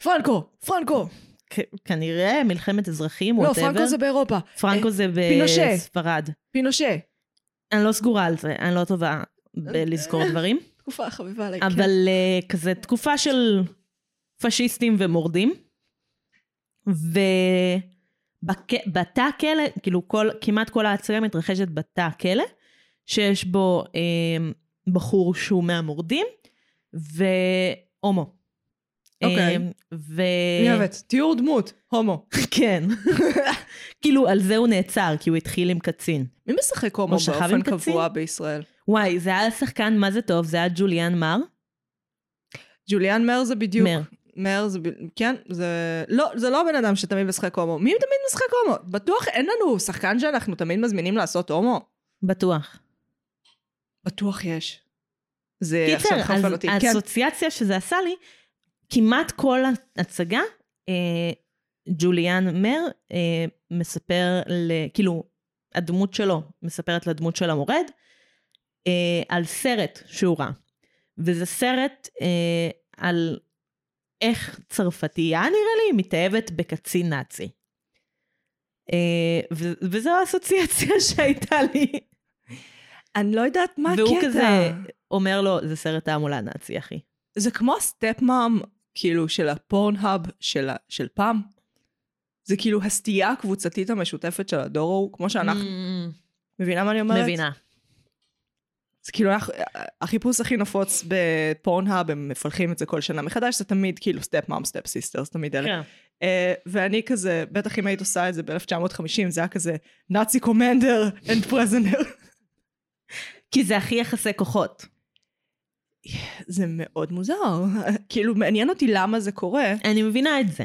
פרנקו! פרנקו!
כ- כנראה מלחמת אזרחים,
לא,
whatever.
פרנקו זה באירופה.
פרנקו זה
פינושה.
בספרד.
פינושה.
אני לא סגורה על זה, אני לא טובה בלזכור דברים.
תקופה חביבה עליי. אה, כן.
אבל אה, כזה תקופה של פשיסטים ומורדים. ובתא הכלא, כאילו כל, כמעט כל ההצגה מתרחשת בתא הכלא, שיש בו אה, בחור שהוא מהמורדים, והומו.
אוקיי.
אה, ו...
אני אוהבת. תיאור דמות. הומו.
כן. כאילו, על זה הוא נעצר, כי הוא התחיל עם קצין.
מי משחק הומו
או שכב עם
באופן
קצין?
קבוע בישראל?
וואי, זה היה שחקן מה זה טוב, זה היה ג'וליאן מר.
ג'וליאן מר זה בדיוק.
מר.
מר זה, ב- כן, זה, לא, זה לא הבן אדם שתמיד משחק הומו. מי תמיד משחק הומו? בטוח אין לנו שחקן שאנחנו תמיד מזמינים לעשות הומו.
בטוח.
בטוח יש. זה
קיצר,
אה, עכשיו
אז
חפל אותי. כן,
האסוציאציה שזה עשה לי, כמעט כל הצגה, אה, ג'וליאן מר אה, מספר, ל, כאילו, הדמות שלו מספרת לדמות של המורד, אה, על סרט שהוא ראה. וזה סרט אה, על איך צרפתייה, נראה לי, מתאהבת בקצין נאצי. אה, ו- וזו האסוציאציה שהייתה לי.
אני לא יודעת מה הקטע.
והוא כזה אומר לו, זה סרט תעמולה נאצי, אחי.
זה כמו הסטפ-מאם, כאילו, של הפורנהאב של, ה- של פעם. זה כאילו הסטייה הקבוצתית המשותפת של הדור ההוא, כמו שאנחנו...
Mm,
מבינה מה אני אומרת?
מבינה.
זה כאילו אנחנו- החיפוש הכי נפוץ בפורנהאב, הם מפלחים את זה כל שנה מחדש, זה תמיד כאילו סטפ מאם, סטפ סיסטר, זה תמיד אלה.
כן.
אה, ואני כזה, בטח אם היית עושה את זה ב-1950, זה היה כזה נאצי קומנדר and prisoner.
כי זה הכי יחסי כוחות.
זה מאוד מוזר. כאילו, מעניין אותי למה זה קורה.
אני מבינה את זה.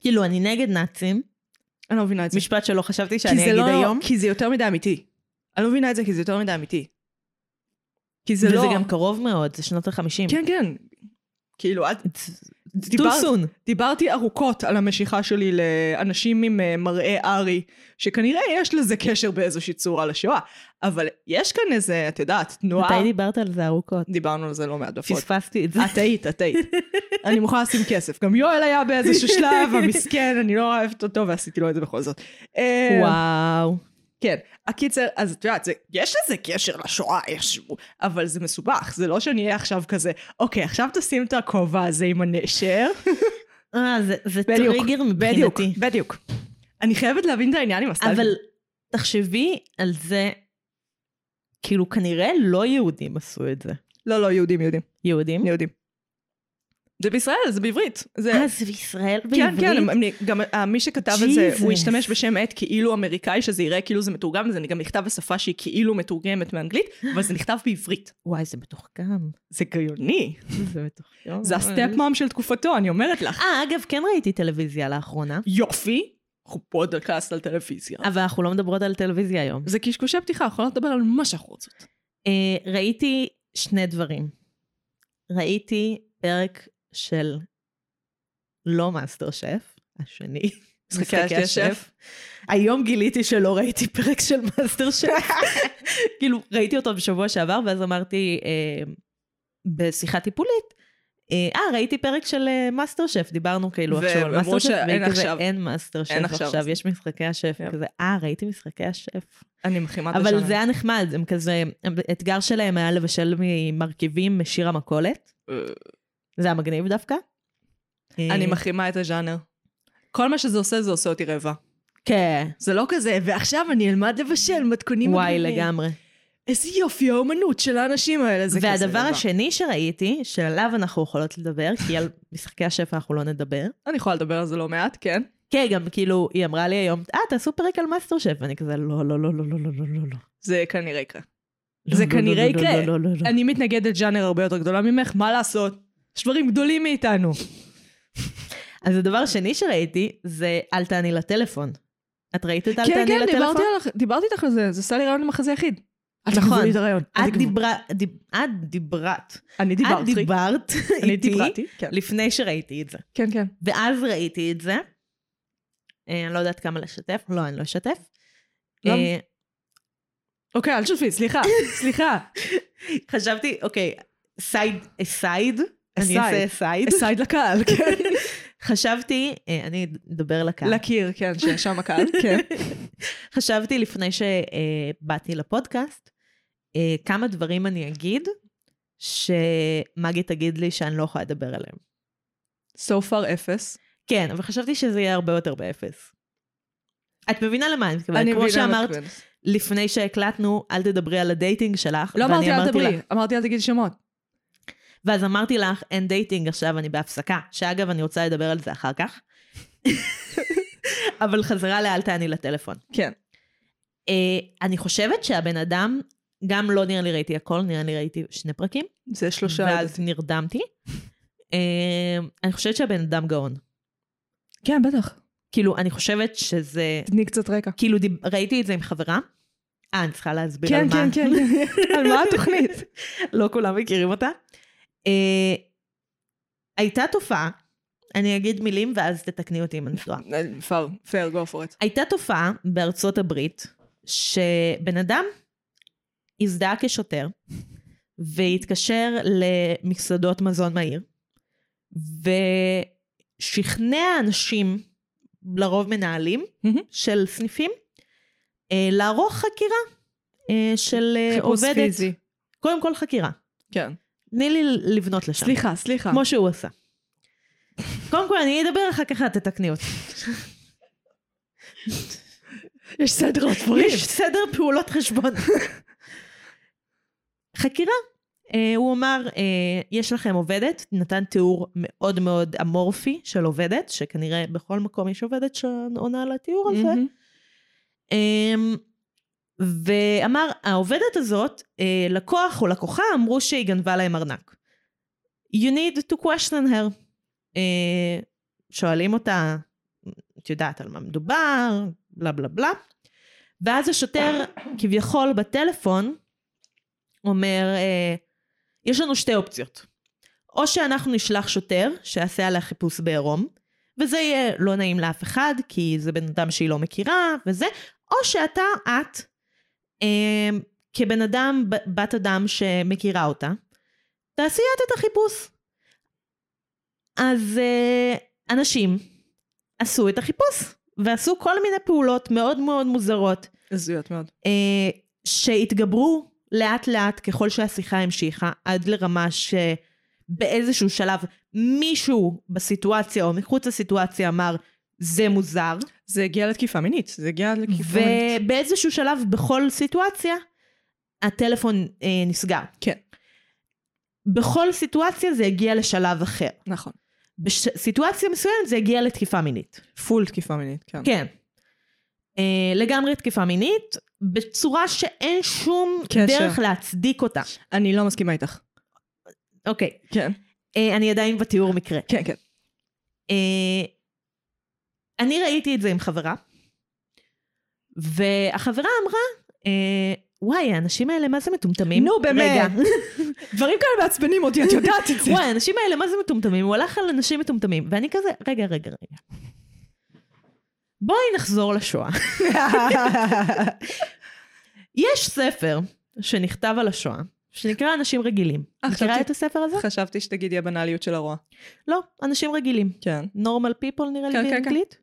כאילו, אני נגד נאצים,
אני לא מבינה את זה.
משפט שלא חשבתי
כי
שאני
זה
אגיד
לא-
היום.
כי זה יותר מדי אמיתי. אני לא מבינה את זה כי זה יותר מדי אמיתי. כי זה
וזה
לא...
גם קרוב מאוד, זה שנות ה-50.
כן, כן. כאילו, את דיברת-
too soon.
דיברתי ארוכות על המשיכה שלי לאנשים עם אה, מראה ארי, שכנראה יש לזה קשר באיזושהי צורה לשואה, אבל יש כאן איזה, את יודעת, תנועה...
מתי דיברת על זה ארוכות? אה,
דיברנו על זה לא מעט דפות.
פספסתי את זה.
את היית, את היית. אני מוכנה לשים כסף. גם יואל היה באיזשהו שלב, המסכן, אני לא אוהבת אותו, ועשיתי לו את זה בכל זאת. אה,
וואו.
כן. הקיצר, אז את יודעת, זה- יש לזה קשר לשואה איכשהו, אבל זה מסובך, זה לא שאני אהיה עכשיו כזה, אוקיי, עכשיו תשים את הכובע הזה עם הנשר,
אה, זה- זה
בדיוק,
טריגר
בדיוק,
מבחינתי.
בדיוק. אני חייבת להבין את העניין עם הסטלגיה.
אבל תחשבי על זה, כאילו כנראה לא יהודים עשו את זה.
לא, לא, יהודים, יהודים.
יהודים?
יהודים. זה בישראל, זה בעברית. זה...
אה, זה בישראל
כן,
בעברית?
כן, הם- הם- גם אה, מי שכתב את זה, הוא
Jesus.
השתמש בשם עט כאילו אמריקאי, שזה יראה כאילו זה מתורגם, זה גם נכתב בשפה שהיא כאילו מתורגמת מאנגלית, אבל זה נכתב בעברית.
וואי, זה מתוחכם.
זה גאוני.
זה מתוחכם.
זה הסטפ-מאם של תקופתו, אני אומרת לך.
אה, אגב, כן ראיתי טלוויזיה לאחרונה,
יופי, אנחנו פודקאסט על טלוויזיה.
אבל אנחנו לא מדברות על טלוויזיה היום.
זה קשקושי פתיחה, יכולה לדבר על מה שאנחנו רוצות.
אה, ראיתי שני דברים. ראיתי פרק של לא מאסטר שף, השני.
משחקי השף.
היום גיליתי שלא ראיתי פרק של מאסטר שף. כאילו, ראיתי אותו בשבוע שעבר, ואז אמרתי אה, בשיחה טיפולית, אה, "אה, ראיתי פרק של אה, מאסטר שף, דיברנו כאילו עכשיו על
והם אמרו
מאסטר שף,
שאין
והיא כזה,
עכשיו.
אין מאסטר שף
אין עכשיו.
עכשיו, יש משחקי השף,
יפ.
כזה, אה, ראיתי משחקי השף.
אני מחימה את השנה.
אבל זה היה נחמד, הם כזה, האתגר שלהם היה לבשל ממרכיבים משיר המכולת, זה היה מגניב דווקא.
אה. אני
אה,
מחרימה את הז'אנר. כל מה שזה עושה, זה עושה אותי רעבה.
כן,
זה לא כזה, ועכשיו אני אלמד לבשל מתכונים
וואי
מגניבים."
לגמרי.
איזה יופי האומנות של האנשים האלה, זה כזה.
והדבר
רעבה.
השני שראיתי, שעליו אנחנו יכולות לדבר, כי על משחקי השפע אנחנו לא נדבר.
אני יכולה לדבר על זה לא מעט, כן.
כן, גם כאילו, היא אמרה לי היום, אה, תעשו פרק על מאסטר שף, ואני כזה, לא, לא, לא, לא, לא, לא, לא, לא, לא.
זה כנראה יקרה.
לא,
זה
לא,
כנראה
לא, לא,
יקרה.
לא, לא, לא, לא.
אני מתנגדת ז'אנר הרבה יותר גדולה ממך, מה לעשות? יש דברים גדולים מאיתנו.
אז הדבר השני שראיתי, זה אל תעני לטלפון. את ראית את אל
כן,
תעני
כן, דיברתי
לטלפון?
על- דיברתי איתך על זה, זה עשה לי רעיון למחזה יחיד. אל
נכון.
תגבו לי את הרעיון. אל
את
תגבו.
דיברה, דיב- את דיברת.
אני
את
דיברתי.
דיברת
אני
איתי
דיברתי. כן.
לפני שראיתי את זה.
כן, כן.
ואז ראיתי את זה. אה, אני לא יודעת כמה לשתף, לא, אני לא אשתף.
למה?
אה,
אוקיי, אל תשתפי, סליחה, סליחה.
חשבתי, אוקיי, סייד, אסייד, אני
אסייד.
אעשה אסייד.
סייד לקהל, כן.
חשבתי, אה, אני אדבר לקהל.
לקיר, כן, ששם הקהל, כן.
חשבתי לפני שבאתי לפודקאסט, אה, כמה דברים אני אגיד, שמגי תגיד לי שאני לא יכולה לדבר עליהם.
so far אפס.
כן, אבל חשבתי שזה יהיה הרבה יותר באפס. את מבינה למה אני
אני
מתכוונת? כמו
מבינה מה את
שאמרת
מתכוונת.
לפני שהקלטנו, אל תדברי על הדייטינג שלך.
לא
ואני
אמרתי אל
לך-
תדברי, אמרתי אל תגידי שמות.
ואז אמרתי לך, אין דייטינג עכשיו, אני בהפסקה. שאגב, אני רוצה לדבר על זה אחר כך. אבל חזרה לאל תעני לטלפון.
כן.
אה, אני חושבת שהבן אדם, גם לא נראה לי ראיתי הכל, נראה לי ראיתי שני פרקים,
זה שלושה.
ואז נרדמתי. אה, אני חושבת שהבן אדם גאון.
כן, בטח.
כאילו, אני חושבת שזה...
תתני קצת רקע.
כאילו, דיב- ראיתי את זה עם חברה. אה, אני צריכה להסביר על
כן,
מה.
כן, כן. כן. על מה התוכנית?
לא כולם מכירים אותה. אה, הייתה תופעה, אני אגיד מילים ואז תתקני אותי אם אני טועה.
אה, פאר, פייר, go for it.
הייתה תופעה בארצות הברית, שבן אדם הזדהה כשוטר, והתקשר למסעדות מזון מהיר, ושכנע אנשים, לרוב מנהלים
מהמם.
של סניפים, אה, לערוך חקירה אה, של אה,
חיפוש
עובדת.
פיזי.
קודם כל חקירה.
כן.
תני לי לבנות לשם.
סליחה, סליחה.
כמו שהוא עשה. קודם כל אני אדבר, אחר כך את תתקני אותי.
יש סדר
יש סדר פעולות חשבון. חקירה. אה, הוא אמר, אה, יש לכם עובדת, נתן תיאור מאוד מאוד אמורפי של עובדת, שכנראה בכל מקום יש עובדת שעונה על התיאור הזה.
מהמם.
אמ, ואמר, העובדת הזאת, אה, לקוח או לקוחה אמרו שהיא גנבה להם ארנק. You need to question her. אה, שואלים אותה, את יודעת על מה מדובר, בלה בלה בלה. ואז השוטר כביכול בטלפון אומר, אה, יש לנו שתי אופציות. או שאנחנו נשלח שוטר שיעשה עליה חיפוש בעירום, וזה יהיה לא נעים לאף אחד, כי זה בן אדם שהיא לא מכירה, וזה, או שאתה, את, אה, כבן אדם, ב- בת אדם שמכירה אותה, תעשי את את החיפוש. אז אה, אנשים עשו את החיפוש, ועשו כל מיני פעולות מאוד מאוד מוזרות,
הזויות מאוד.
אה, שהתגברו לאט לאט ככל שהשיחה המשיכה, עד לרמה שבאיזשהו שלב מישהו בסיטואציה או מחוץ לסיטואציה אמר, זה מוזר,
זה הגיע לתקיפה מינית, זה הגיע לתקיפה מינית.
ובאיזשהו שלב בכל סיטואציה הטלפון אה, נסגר.
כן.
בכל סיטואציה זה הגיע לשלב אחר.
נכון.
בסיטואציה מסוימת זה הגיע לתקיפה מינית.
פול תקיפה מינית, כן.
כן. אה, לגמרי תקיפה מינית, בצורה שאין שום
קשר.
דרך להצדיק אותה.
אני לא מסכימה איתך.
אוקיי,
כן.
אה, אני עדיין בתיאור מקרה.
כן, כן.
אה, אני ראיתי את זה עם חברה, והחברה אמרה, אה, וואי, האנשים האלה מה זה מטומטמים?
נו, באמת.
רגע.
דברים כאלה מעצבנים אותי, את יודעת את זה.
וואי, האנשים האלה מה זה מטומטמים? הוא הלך על אנשים מטומטמים. ואני כזה, רגע, רגע, רגע. בואי נחזור לשואה. יש ספר שנכתב על השואה, שנקרא אנשים רגילים.
אה,
מכירה
חשבתי-
את הספר הזה?
חשבתי שתגידי הבנאליות של הרוע.
לא, אנשים רגילים.
כן.
normal people
כן,
נראה לי
כן, כן.
באנגלית.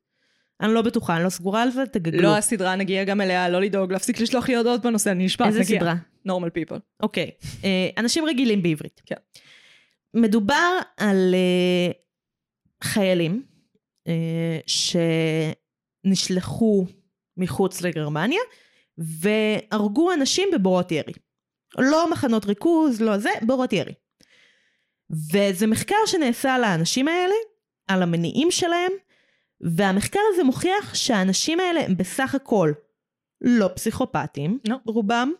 אני לא בטוחה, אני לא סגורה על זה, תגגלו.
לא הסדרה, נגיע גם אליה, לא לדאוג, להפסיק לשלוח לי הודעות בנושא, אני נשבעת,
איזה
נגיע.
סדרה?
נורמל פיפול.
אוקיי. אה, אנשים רגילים בעברית.
כן.
מדובר על אה, חיילים אה, שנשלחו מחוץ לגרמניה והרגו אנשים בבורות ירי. לא מחנות ריכוז, לא זה, בורות ירי. וזה מחקר שנעשה על האנשים האלה, על המניעים שלהם, והמחקר הזה מוכיח שהאנשים האלה הם בסך הכל לא פסיכופטים,
לא.
רובם,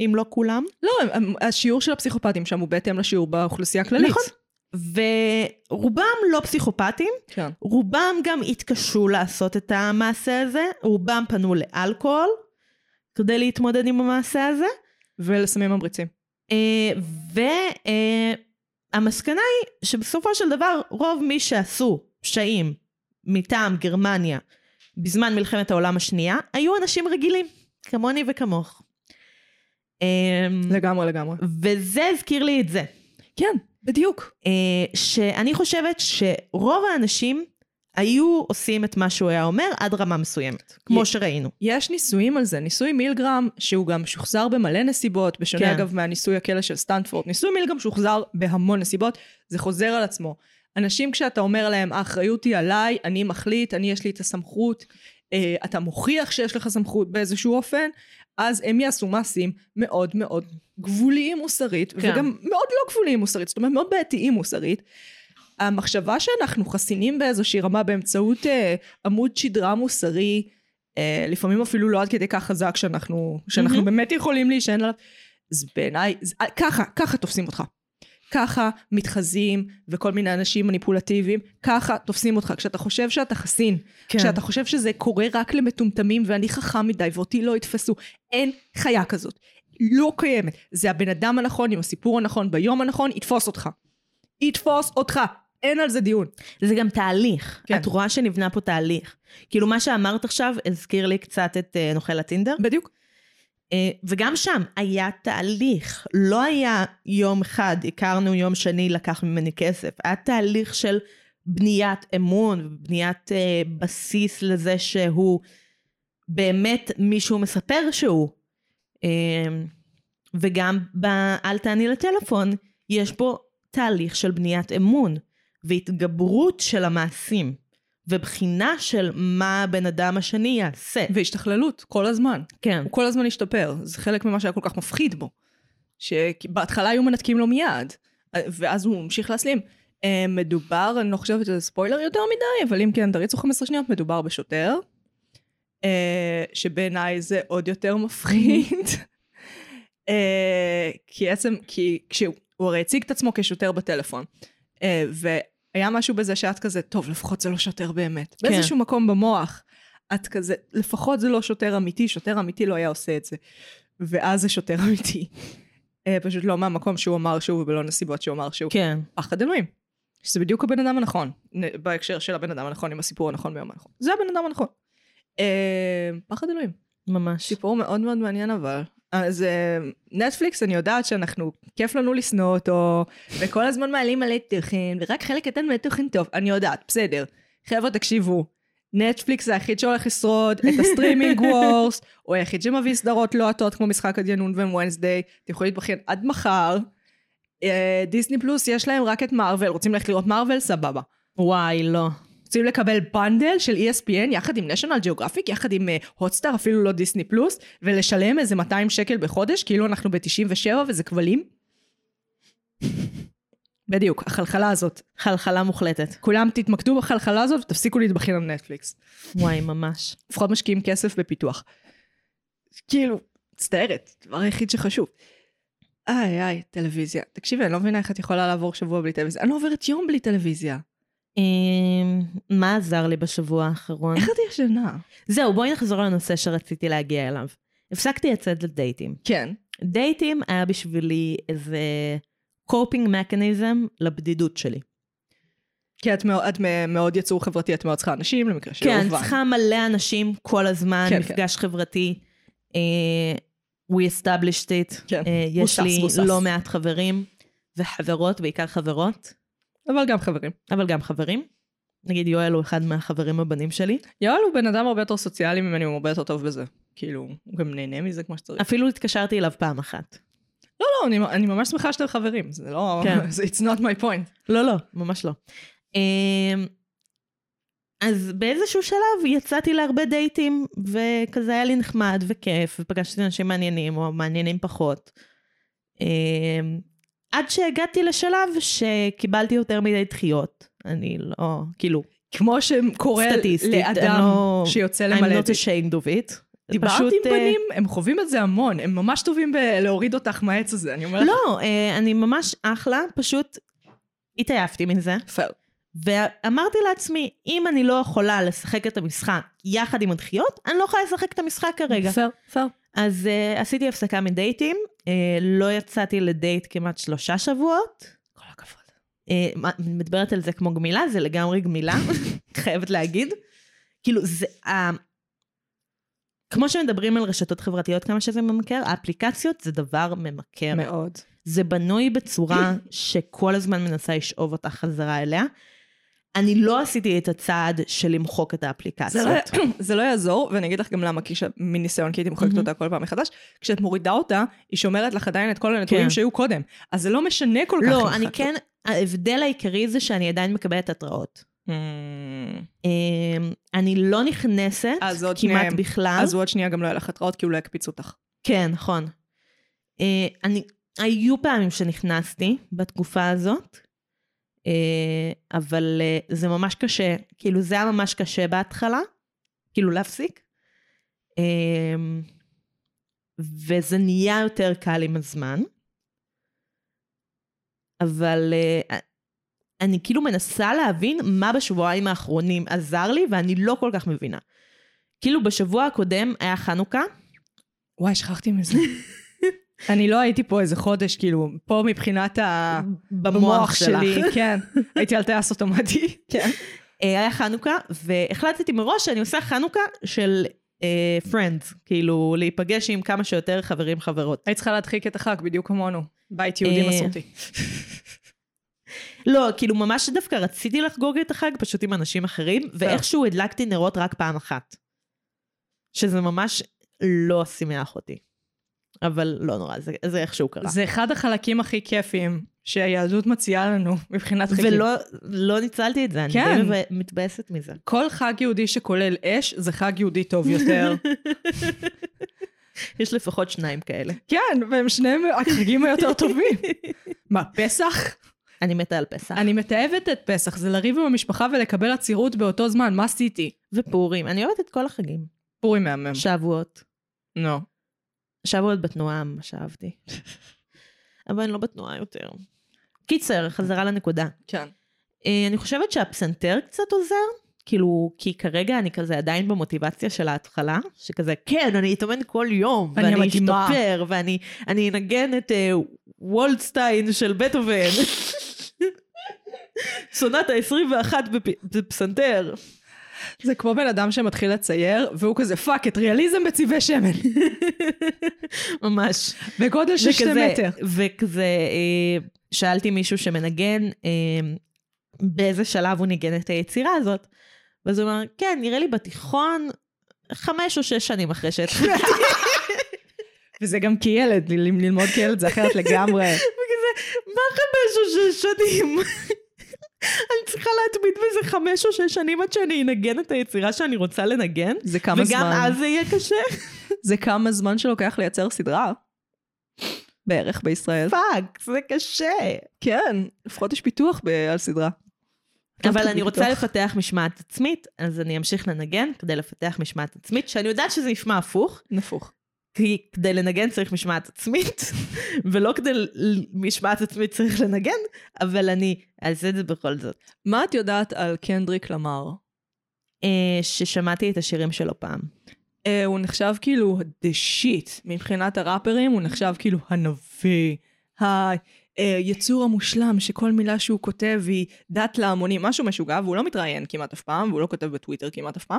אם לא כולם.
לא, הם- הם- השיעור של הפסיכופטים שם הוא בהתאם לשיעור באוכלוסייה הכללית.
נכון. ורובם לא פסיכופטים,
כן.
רובם גם התקשו לעשות את המעשה הזה, רובם פנו לאלכוהול כדי להתמודד עם המעשה הזה, אה,
ולסמים ממריצים.
Mm. והמסקנה אה, היא שבסופו של דבר רוב מי שעשו פשעים מטעם גרמניה בזמן מלחמת העולם השנייה, היו אנשים רגילים, כמוני וכמוך. אמ,
לגמרי, לגמרי.
וזה הזכיר לי את זה.
כן, בדיוק.
אה, שאני חושבת שרוב האנשים היו עושים את מה שהוא היה אומר עד רמה מסוימת, כמו
י-
שראינו.
יש ניסויים על זה, ניסוי מילגרם, שהוא גם שוחזר במלא נסיבות, בשונה
כן.
אגב מהניסוי הכלא של סטנפורד. ניסוי מילגרם שוחזר בהמון נסיבות, זה חוזר על עצמו. אנשים כשאתה אומר להם, האחריות היא עליי, אני מחליט, אני יש לי את הסמכות, אה, אתה מוכיח שיש לך סמכות באיזשהו אופן, אז הם יעשו מעשים מאוד מאוד גבוליים מוסרית,
כן.
כן. וגם מאוד לא גבוליים מוסרית, זאת אומרת מאוד בעייתיים מוסרית. המחשבה שאנחנו חסינים באיזושהי רמה באמצעות אה, עמוד שדרה מוסרי, אה, לפעמים אפילו לא עד כדי כך חזק שאנחנו, שאנחנו
מהמם.
mm-hmm. באמת יכולים להישען עליו, אז בעיניי, זה- אה, ככה, ככה תופסים אותך. ככה מתחזים וכל מיני אנשים מניפולטיביים, ככה תופסים אותך. כשאתה חושב שאתה חסין, כן. כשאתה חושב שזה קורה רק למטומטמים ואני חכם מדי ואותי לא יתפסו, אין חיה כזאת. לא קיימת. זה הבן אדם הנכון עם הסיפור הנכון ביום הנכון, יתפוס אותך. יתפוס אותך. אין על זה דיון.
זה גם תהליך.
כן.
את רואה שנבנה פה תהליך. כאילו מה שאמרת עכשיו הזכיר לי קצת את אה, נוכל הטינדר.
בדיוק.
אה, וגם שם היה תהליך, לא היה יום אחד, הכרנו יום שני, לקח ממני כסף, היה תהליך של בניית אמון, בניית אה, בסיס לזה שהוא באמת מישהו מספר שהוא. אה, וגם ב"אל תעני לטלפון" יש פה תהליך של בניית אמון והתגברות של המעשים ובחינה של מה הבן אדם השני יעשה.
והשתכללות, כל הזמן.
כן.
הוא כל הזמן השתפר. זה חלק ממה שהיה כל כך מפחיד בו. שבהתחלה היו מנתקים לו מיד, אה, ואז הוא המשיך להסלים. אה, מדובר, אני לא חושבת שזה ספוילר יותר מדי, אבל אם כן, תריצו 15 שניות, מדובר בשוטר, אה, שבעיניי זה עוד יותר מפחיד. אה, כי עצם, כי כשהוא הוא הרי הציג את עצמו כשוטר בטלפון, אה, והיה משהו בזה שאת כזה, טוב, לפחות זה לא שוטר באמת.
כן.
באיזשהו מקום במוח, את כזה, לפחות זה לא שוטר אמיתי, שוטר אמיתי לא היה עושה את זה. ואז זה שוטר אמיתי. אה, פשוט לא מהמקום שהוא אמר שהוא ולא נסיבות שהוא אמר שהוא.
כן.
פחד אלוהים. שזה בדיוק הבן אדם הנכון, נ- בהקשר של הבן אדם הנכון עם הסיפור הנכון ביום הנכון. זה הבן אדם הנכון. אה, פחד אלוהים.
ממש.
סיפור מאוד מאוד מעניין אבל. אז אה, נטפליקס, אני יודעת שאנחנו, כיף לנו לשנוא אותו, וכל הזמן מעלים מלא תוכן, ורק חלק קטן מהתוכן טוב, אני יודעת, בסדר. חבר'ה, תקשיבו, נטפליקס זה היחיד שהולך לשרוד את הסטרימינג וורס, הוא היחיד שמביא סדרות לוהטות כמו משחק הדיינות וונסדיי, אתם יכולים להתבכיין עד מחר. אה, דיסני פלוס, יש להם רק את מארוול, רוצים ללכת לראות מארוול? סבבה.
וואי, לא.
רוצים לקבל בנדל של E ESPN יחד עם national geographic, יחד עם הוטסטאר, אפילו לא דיסני פלוס, ולשלם איזה 200 שקל בחודש, כאילו אנחנו ב-97 וזה כבלים? בדיוק, החלחלה הזאת.
חלחלה מוחלטת.
כולם תתמקדו בחלחלה הזאת ותפסיקו להתבכיין על נטפליקס.
וואי, ממש.
לפחות משקיעים כסף בפיתוח. כאילו, מצטערת, הדבר היחיד שחשוב. איי איי, טלוויזיה. תקשיבי, אני לא מבינה איך את יכולה לעבור שבוע בלי טלוויזיה. אני לא עוברת יום בלי טלוויזיה.
אמ, מה עזר לי בשבוע האחרון?
איך את ישנה?
זהו, בואי נחזור לנושא שרציתי להגיע אליו. הפסקתי לצאת לדייטים.
כן.
דייטים היה בשבילי איזה קופינג מקניזם לבדידות שלי.
כי את מאוד, את מ- מאוד יצור חברתי, את מאוד צריכה אנשים למקרה שלא
כן,
הובן.
צריכה מלא אנשים כל הזמן,
כן,
מפגש חברתי. אה, we established it.
כן,
אה, יש
בוסס,
לי
בוסס.
לא מעט חברים וחברות, בעיקר חברות,
אבל גם חברים.
אבל גם חברים. נגיד יואל הוא אחד מהחברים הבנים שלי.
יואל הוא בן אדם הרבה יותר סוציאלי ממני, הוא הרבה יותר טוב בזה. כאילו, הוא גם נהנה מזה כמו שצריך.
אפילו התקשרתי אליו פעם אחת.
לא, לא, אני, אני ממש שמחה שאתם חברים. זה לא...
כן.
זה it's not my point.
לא, לא, ממש לא. אמ, אז באיזשהו שלב יצאתי להרבה דייטים, וכזה היה לי נחמד וכיף, ופגשתי אנשים מעניינים או מעניינים פחות. אמ, עד שהגעתי לשלב שקיבלתי יותר מדי דחיות. אני לא, כאילו,
כמו שקורה
סטטיסטית,
לאדם
אני לא-
שיוצא
I'm
למלא
not
את זה.
ashamed of it.
דיברת
פשוט,
עם
אה,
בנים, הם חווים את זה המון, הם ממש טובים בלהוריד אותך מהעץ הזה, אני אומרת לך.
לא, אה, אני ממש אחלה, פשוט התעייפתי מזה.
פייר.
ואמרתי לעצמי, אם אני לא יכולה לשחק את המשחק יחד עם הדחיות, אני לא יכולה לשחק את המשחק כרגע.
פייר, פייר.
אז uh, עשיתי הפסקה מדייטים, uh, לא יצאתי לדייט כמעט שלושה שבועות.
כל הכבוד.
אה, מה, אני מדברת על זה כמו גמילה, זה לגמרי גמילה, חייבת להגיד. כאילו, זה... ה... כמו שמדברים על רשתות חברתיות כמה שזה ממכר, האפליקציות זה דבר ממכר.
מאוד.
זה בנוי בצורה שכל הזמן מנסה לשאוב אותה חזרה אליה. אני לא עשיתי את הצעד של למחוק את
זה
האפליקציות.
לא, זה לא יעזור, ואני אגיד לך גם למה, כי ש- מניסיון, כי הייתי מוחקת
מהמם.
אותה כל פעם מחדש, כשאת מורידה אותה, היא שומרת לך עדיין את כל הנתונים
כן.
שהיו קודם. אז זה לא משנה כל כך.
לא,
אם
אני
מחקת.
כן, ההבדל העיקרי זה שאני עדיין מקבלת התראות.
אמ,
אמ, אני לא נכנסת
אז עוד
כמעט
שניהם.
בכלל.
אז עוד שנייה גם לא היה לך התראות, כי אולי הקפיצו אותך.
כן, נכון. אה, אני, היו פעמים שנכנסתי בתקופה הזאת, אה, אבל אה, זה ממש קשה, כאילו זה היה ממש קשה בהתחלה, כאילו להפסיק, אה, וזה נהיה יותר קל עם הזמן, אבל אה, אני כאילו מנסה להבין מה בשבועיים האחרונים עזר לי, ואני לא כל כך מבינה. כאילו בשבוע הקודם היה חנוכה,
וואי, שכחתי מזה. אני לא הייתי פה איזה חודש, כאילו, פה מבחינת ה...
במוח שלי.
כן. הייתי על טייס אוטומטי. כן.
אה, היה חנוכה, והחלטתי מראש שאני עושה חנוכה של פרנדס, כאילו להיפגש עם כמה שיותר חברים חברות.
היית צריכה להדחיק את הח"כ בדיוק כמונו. בית יהודי
אה,
מסורתי.
לא, כאילו ממש דווקא רציתי לחגוג את החג פשוט עם אנשים אחרים, ואיכשהו הדלקתי נרות רק פעם אחת. שזה ממש לא שימח אותי. אבל לא נורא, זה, זה איכשהו קרה.
זה אחד החלקים הכי כיפיים שהיהדות מציעה לנו מבחינת חגים.
ולא לא ניצלתי את זה, אני
כן.
די מבא- מתבאסת מזה.
כל חג יהודי שכולל אש, זה חג יהודי טוב יותר.
יש לפחות שניים כאלה.
כן, והם שניהם החגים היותר טובים. מה, פסח?
אני מתה על פסח.
אני מתעבת את פסח, זה לריב עם המשפחה ולקבל עצירות באותו זמן, מה עשיתי?
ופורים, אני אוהבת את כל החגים.
פורים מהמם.
שבועות.
נו.
שבועות בתנועה, ממש אהבתי. אבל אני לא בתנועה יותר. קיצר, חזרה לנקודה.
כן.
אה, אני חושבת שהפסנתר קצת עוזר, כאילו, כי כרגע אני כזה עדיין במוטיבציה של ההתחלה, שכזה, כן, אני אתאמן כל יום,
אני
ואני
המדהימה."
אשתפר, ואני אני אנגן את אה, וולדסטיין של בטהובן. סונת ה-21 בפסנתר.
זה כמו בן אדם שמתחיל לצייר, והוא כזה פאק את ריאליזם בצבעי שמן.
ממש.
בגודל של שתי
וכזה-
מטר.
וכזה, אה, שאלתי מישהו שמנגן, אה, באיזה שלב הוא ניגן את היצירה הזאת. ואז הוא אמר, כן, נראה לי בתיכון, חמש או שש שנים אחרי שהתחלתי.
וזה גם כילד, ל- ל- ללמוד כילד זה אחרת לגמרי.
מה חמש או שש שנים? אני צריכה להתמיד בזה חמש או שש שנים עד שאני אנגן את היצירה שאני רוצה לנגן.
זה כמה
וגם
זמן.
אז זה יהיה קשה?
זה כמה זמן שלוקח לייצר סדרה. בערך בישראל.
פאק, זה קשה.
כן, לפחות יש פיתוח ב- על סדרה.
אבל אני רוצה
פיתוח.
לפתח משמעת עצמית, אז אני אמשיך לנגן כדי לפתח משמעת עצמית, שאני יודעת שזה נשמע הפוך,
נפוך.
כי כדי לנגן צריך משמעת עצמית, ולא כדי ל- משמעת עצמית צריך לנגן, אבל אני אעשה את זה בכל זאת.
מה את יודעת על קנדריק למר?
אה, ששמעתי את השירים שלו פעם.
אה, הוא נחשב כאילו the shit מבחינת הראפרים, הוא נחשב כאילו הנביא, היצור המושלם שכל מילה שהוא כותב היא דת להמונים, משהו משוגע, והוא לא מתראיין כמעט אף פעם, והוא לא כותב בטוויטר כמעט אף פעם.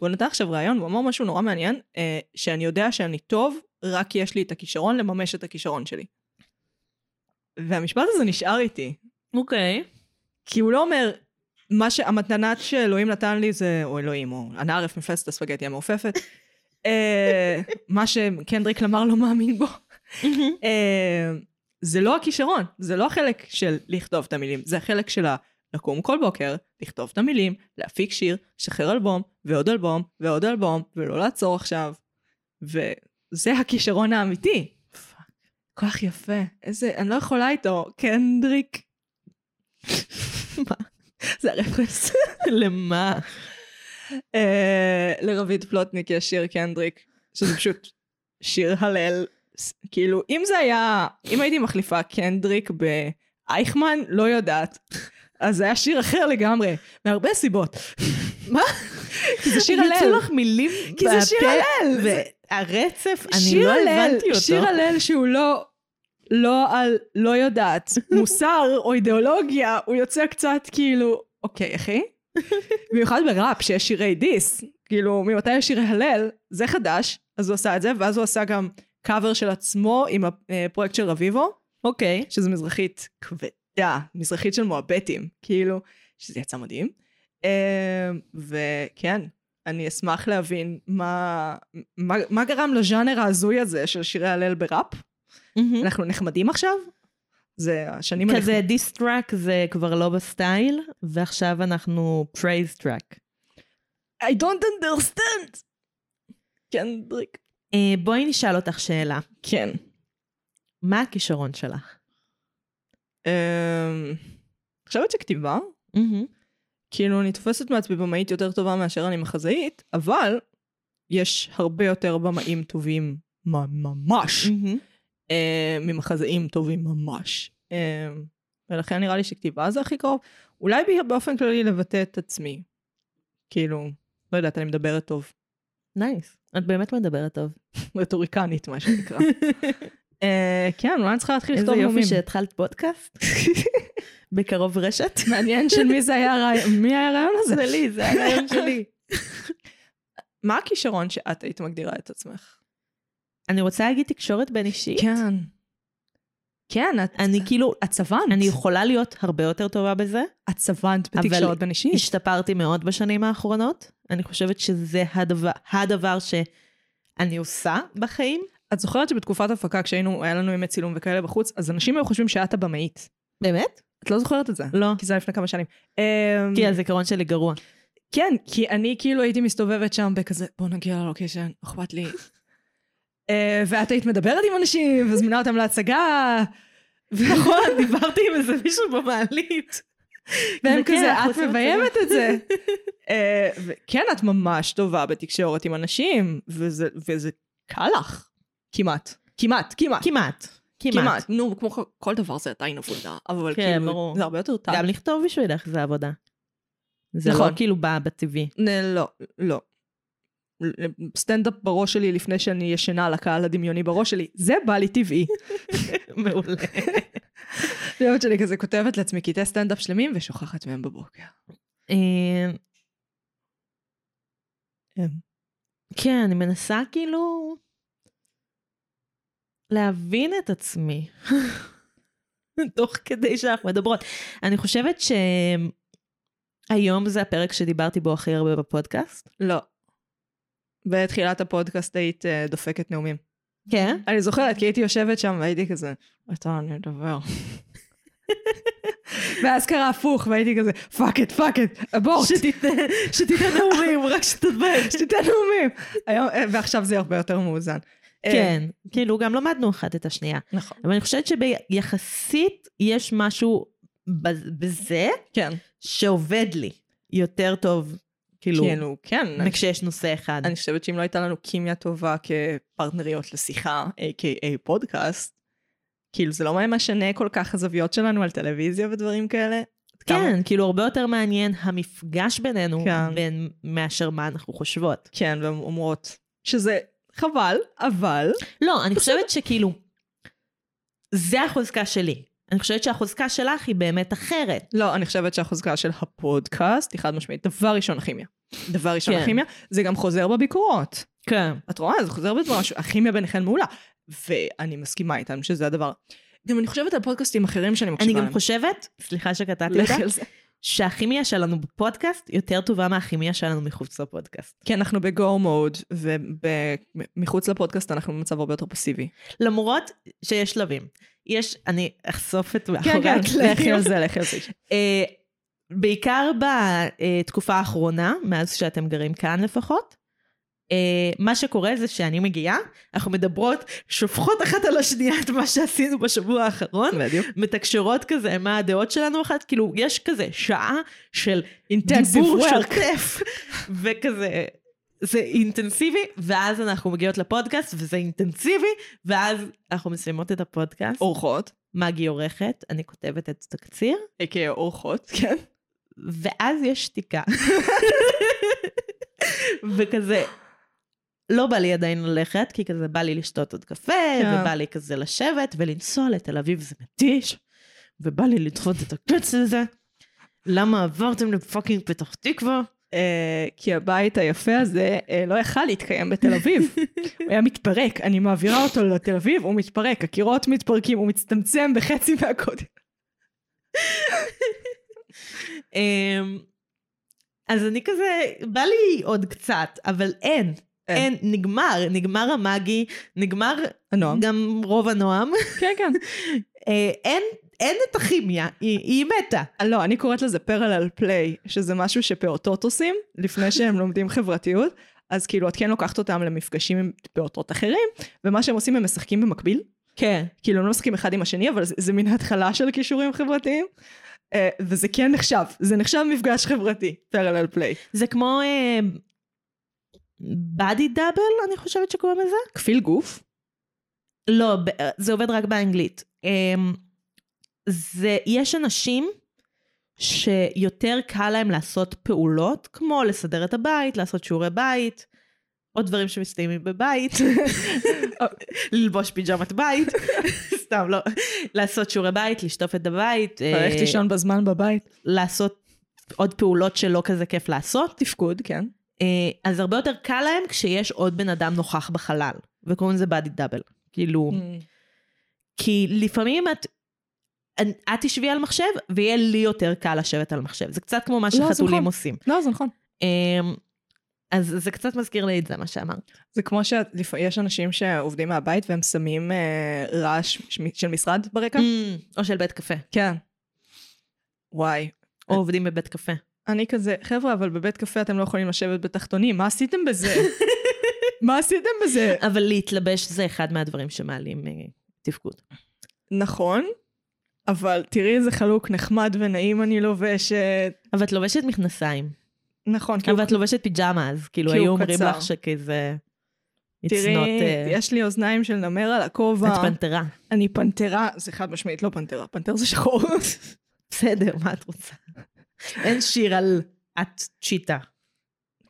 והוא נתן עכשיו ראיון, הוא אמר משהו נורא מעניין, אה, שאני יודע שאני טוב, רק כי יש לי את הכישרון לממש את הכישרון שלי. והמשפט הזה נשאר איתי,
אוקיי.
כי הוא לא אומר, מה שהמתנת שאלוהים נתן לי זה, או אלוהים, או הנערף מפלס את הספגטי המעופפת. אה, מה שקנדריק למר לא מאמין בו. אה, זה לא הכישרון, זה לא החלק של לכתוב את המילים, זה החלק של ה- לקום כל בוקר, לכתוב את המילים, להפיק שיר, לשחרר אלבום, ועוד אלבום, ועוד אלבום, ולא לעצור עכשיו. וזה הכישרון האמיתי. כל כך יפה. איזה, אני לא יכולה איתו. קנדריק. מה? זה הרפרנס.
למה?
אה, לרביד פלוטניק יש שיר קנדריק, שזה פשוט שיר הלל. ס- כאילו, אם זה היה, אם הייתי מחליפה קנדריק באייכמן, לא יודעת. אז זה היה שיר אחר לגמרי, מהרבה סיבות.
מה?
כי זה שיר הלל.
יצאו לך מילים
כי זה שיר
בפה,
הלל. זה-
והרצף, אני
שיר
לא
הלל,
הבנתי
שיר
אותו.
הלל שהוא לא, לא על לא יודעת, מוסר או אידיאולוגיה, הוא יוצא קצת כאילו, אוקיי, אחי? במיוחד בראפ, שיש שירי דיס. כאילו, ממתי יש שירי הלל? זה חדש, אז הוא עשה את זה, ואז הוא עשה גם קאבר של עצמו עם הפרויקט של רביבו,
אוקיי.
שזה מזרחית כבדה, מזרחית של מועבטים, כאילו, שזה יצא מדהים. אה, וכן, אני אשמח להבין מה, מה, מה גרם לז'אנר ההזוי הזה של שירי הלל בראפ.
מהמם.
אנחנו נחמדים עכשיו? זה השנים
כזה דיסטראק זה כבר לא בסטייל, ועכשיו אנחנו פרייז טראק.
I don't understand! קנדריק.
אה, בואי נשאל אותך שאלה.
כן.
מה הכישרון שלך?
אה, את חושבת שכתיבה?
מהמם.
כאילו, אני תופסת מעצמי במאית יותר טובה מאשר אני מחזאית, אבל יש הרבה יותר במאים טובים מ- ממש
מהמם.
אה, ממחזאים טובים ממש. אה, ולכן נראה לי שכתיבה זה הכי קרוב. אולי ב- באופן כללי לבטא את עצמי. כאילו, לא יודעת, אני מדברת טוב.
נייס. את באמת מדברת טוב.
רטוריקנית, מה שנקרא. אה, כן, אולי אני צריכה להתחיל
איזה
לכתוב נאומים.
יופי שהתחלת פודקאסט. בקרוב רשת.
מעניין של מי זה היה הרעיון, מי היה הרעיון הזה?
לי, זה הרעיון שלי.
מה הכישרון שאת היית מגדירה את עצמך?
אני רוצה להגיד תקשורת בין אישית.
כן. כן, את,
אני כאילו,
את סוונת.
אני יכולה להיות הרבה יותר טובה בזה.
את סוונת
אבל-
בתקשורת בין אישית.
השתפרתי מאוד בשנים האחרונות. אני חושבת שזה הדבר, הדבר שאני עושה בחיים.
את זוכרת שבתקופת הפקה, כשהיינו, היה לנו ימי צילום וכאלה בחוץ, אז אנשים היו חושבים שאת הבמאית.
באמת?
את לא זוכרת את זה.
לא.
כי זה היה לפני כמה שנים. אמ,
כי הזיכרון שלי גרוע.
כן, כי אני כאילו הייתי מסתובבת שם בכזה, בוא נגיע ללוקיישן, אכפת לי. אה, ואת היית מדברת עם אנשים, וזמינה אותם להצגה,
נכון, דיברתי עם איזה מישהו במעלית.
והם
כן,
כזה,
אנחנו
את
עושים
מביימת את זה. אה, ו- כן, את ממש טובה בתקשורת עם אנשים, וזה וזה קל לך. כמעט. כמעט, כמעט.
כמעט. כמעט.
כמעט. נו, כמו כל- כל דבר זה עדיין עבודה, אבל
כן,
כאילו,
ברור.
זה הרבה יותר טל.
גם לכתוב בשבילך זה עבודה. זה לא
נכון.
כאילו בא בטבעי.
לא, לא. סטנדאפ בראש שלי לפני שאני ישנה על הקהל הדמיוני בראש שלי, זה בא לי טבעי.
מעולה.
אני חושבת שאני כזה כותבת לעצמי קטעי סטנדאפ שלמים ושוכחת מהם בבוקר.
אה,
כן.
כן, אני מנסה כאילו להבין את עצמי, תוך כדי שאנחנו מדברות. אני חושבת שהיום זה הפרק שדיברתי בו הכי הרבה בפודקאסט.
לא. בתחילת הפודקאסט היית אה, דופקת נאומים.
כן.
אני זוכרת, כי הייתי יושבת שם והייתי כזה, אתה, אני אדבר. ואז קרה הפוך, והייתי כזה, פאק את, פאק את, אבורט,
שתיתן שתיתן נאומים, רק שתדבר.
שתיתן נאומים. היום- אה, ועכשיו זה הרבה יותר מאוזן. אה,
כן, כאילו גם למדנו אחת את השנייה.
נכון.
אבל אני חושבת שיחסית יש משהו בז- בזה
כן.
שעובד לי יותר טוב, כאילו,
כאילו, כן. אני-
מכשיש נושא אחד.
אני חושבת שאם לא הייתה לנו כימיה טובה כפרטנריות לשיחה, a.k.a פודקאסט, כאילו זה לא משנה כל כך הזוויות שלנו על טלוויזיה ודברים כאלה.
כן, כאילו הרבה יותר מעניין המפגש בינינו
כן.
בין מאשר מה אנחנו חושבות.
כן, והן אומרות שזה חבל, אבל...
לא, אני חושבת שכאילו, זה החוזקה שלי. אני חושבת שהחוזקה שלך היא באמת אחרת.
לא, אני חושבת שהחוזקה של הפודקאסט היא חד משמעית. דבר ראשון, הכימיה. דבר ראשון,
כן.
הכימיה. זה גם חוזר בביקורות.
כן.
את רואה? זה חוזר בדבר, ש- הכימיה ביניכן מעולה. ואני מסכימה איתן שזה הדבר. גם אני חושבת על פודקאסטים אחרים שאני מקשיבה
אני
להם.
גם חושבת, סליחה שקטעתי
לכי
אותך,
על זה.
שהכימיה שלנו בפודקאסט יותר טובה מהכימיה שלנו מחוץ לפודקאסט.
כי אנחנו בגו מוד, ומחוץ לפודקאסט אנחנו במצב הרבה יותר פסיבי.
למרות שיש שלבים. יש, אני אחשוף את
כן,
מאחורי
לכי
הקלעים.
על זה, לכי על זה.
אה, בעיקר בתקופה האחרונה, מאז שאתם גרים כאן לפחות, אה, מה שקורה זה שאני מגיעה, אנחנו מדברות, שופכות אחת על השנייה את מה שעשינו בשבוע האחרון,
כן, בדיוק.
מתקשרות כזה מה הדעות שלנו אחת, כאילו יש כזה שעה של
Intensive
דיבור
work.
שוטף, וכזה, זה אינטנסיבי, ואז אנחנו מגיעות לפודקאסט וזה אינטנסיבי, ואז אנחנו מסיימות את הפודקאסט,
אורחות.
מגי עורכת, אני כותבת את התקציר,
איקאה אורחות, כן.
ואז יש שתיקה. וכזה, לא בא לי עדיין ללכת, כי כזה בא לי לשתות עוד קפה,
כן.
ובא לי כזה לשבת, ולנסוע לתל אביב זה מתיש, ובא לי לדחות את הקץ לזה. למה עברתם לפאקינג פתח תקווה?
אה, כי הבית היפה הזה אה, לא יכל להתקיים בתל אביב. הוא היה מתפרק, אני מעבירה אותו לתל אביב, הוא מתפרק, הקירות מתפרקים, הוא מצטמצם בחצי מהקודם.
אמ, אז אני כזה, בא לי עוד קצת, אבל אין.
אין.
אין, נגמר, נגמר המאגי, נגמר
הנועם.
גם רוב הנועם.
כן, כן.
אה, אין, אין את הכימיה, היא, היא מתה.
אה, לא, אני קוראת לזה פרלל פליי, שזה משהו שפעוטות עושים לפני שהם לומדים חברתיות. אז כאילו, את כן לוקחת אותם למפגשים עם פעוטות אחרים, ומה שהם עושים, הם משחקים במקביל.
כן.
כאילו, הם לא משחקים אחד עם השני, אבל זה, זה מין התחלה של כישורים חברתיים. אה, וזה כן נחשב, זה נחשב מפגש חברתי, פרלל פליי.
זה כמו בדי דאבל, אני חושבת שקוראים לזה?
כפיל גוף?
לא, ב- אה, זה עובד רק באנגלית. אמ, זה, יש אנשים שיותר קל להם לעשות פעולות, כמו לסדר את הבית, לעשות שיעורי בית, או דברים שמסתיימים בבית, או ללבוש פיג'מת בית, סתם לא, לעשות שיעורי בית, לשטוף את הבית, אה,
ללכת לישון בזמן בבית?
לעשות עוד פעולות שלא כזה כיף לעשות.
תפקוד, כן.
אה, אז הרבה יותר קל להם כשיש עוד בן אדם נוכח בחלל, וקוראים לזה באדי דאבל. כאילו,
Mm.
כי לפעמים את... את תשבי על מחשב, ויהיה לי יותר קל לשבת על מחשב. זה קצת כמו מה
זה
שחתולים
נכון.
עושים.
לא, זה נכון.
אמ, אז זה קצת מזכיר לי את זה, מה שאמרת.
זה כמו שיש אנשים שעובדים מהבית והם שמים אה, רעש ש- של משרד ברקע.
אמ, או של בית קפה.
כן. וואי.
או עובדים בבית קפה.
אני כזה, חבר'ה, אבל בבית קפה אתם לא יכולים לשבת בתחתונים, מה עשיתם בזה? מה עשיתם בזה?
אבל להתלבש זה אחד מהדברים שמעלים אה, תפקוד.
נכון, אבל תראי איזה חלוק נחמד ונעים אני לובשת.
אבל את לובשת מכנסיים.
נכון, כאילו,
אבל את לובשת פיג'מה, אז כאילו
כי הוא
היו אומרים
קצר.
לך שכזה... It's
תראי,
not... אה,
יש לי אוזניים של נמר על הכובע.
את פנתרה.
אני פנתרה, זה חד משמעית לא פנתרה, פנתר זה שחור.
בסדר, מה את רוצה? אין שיר על את צ'יטה.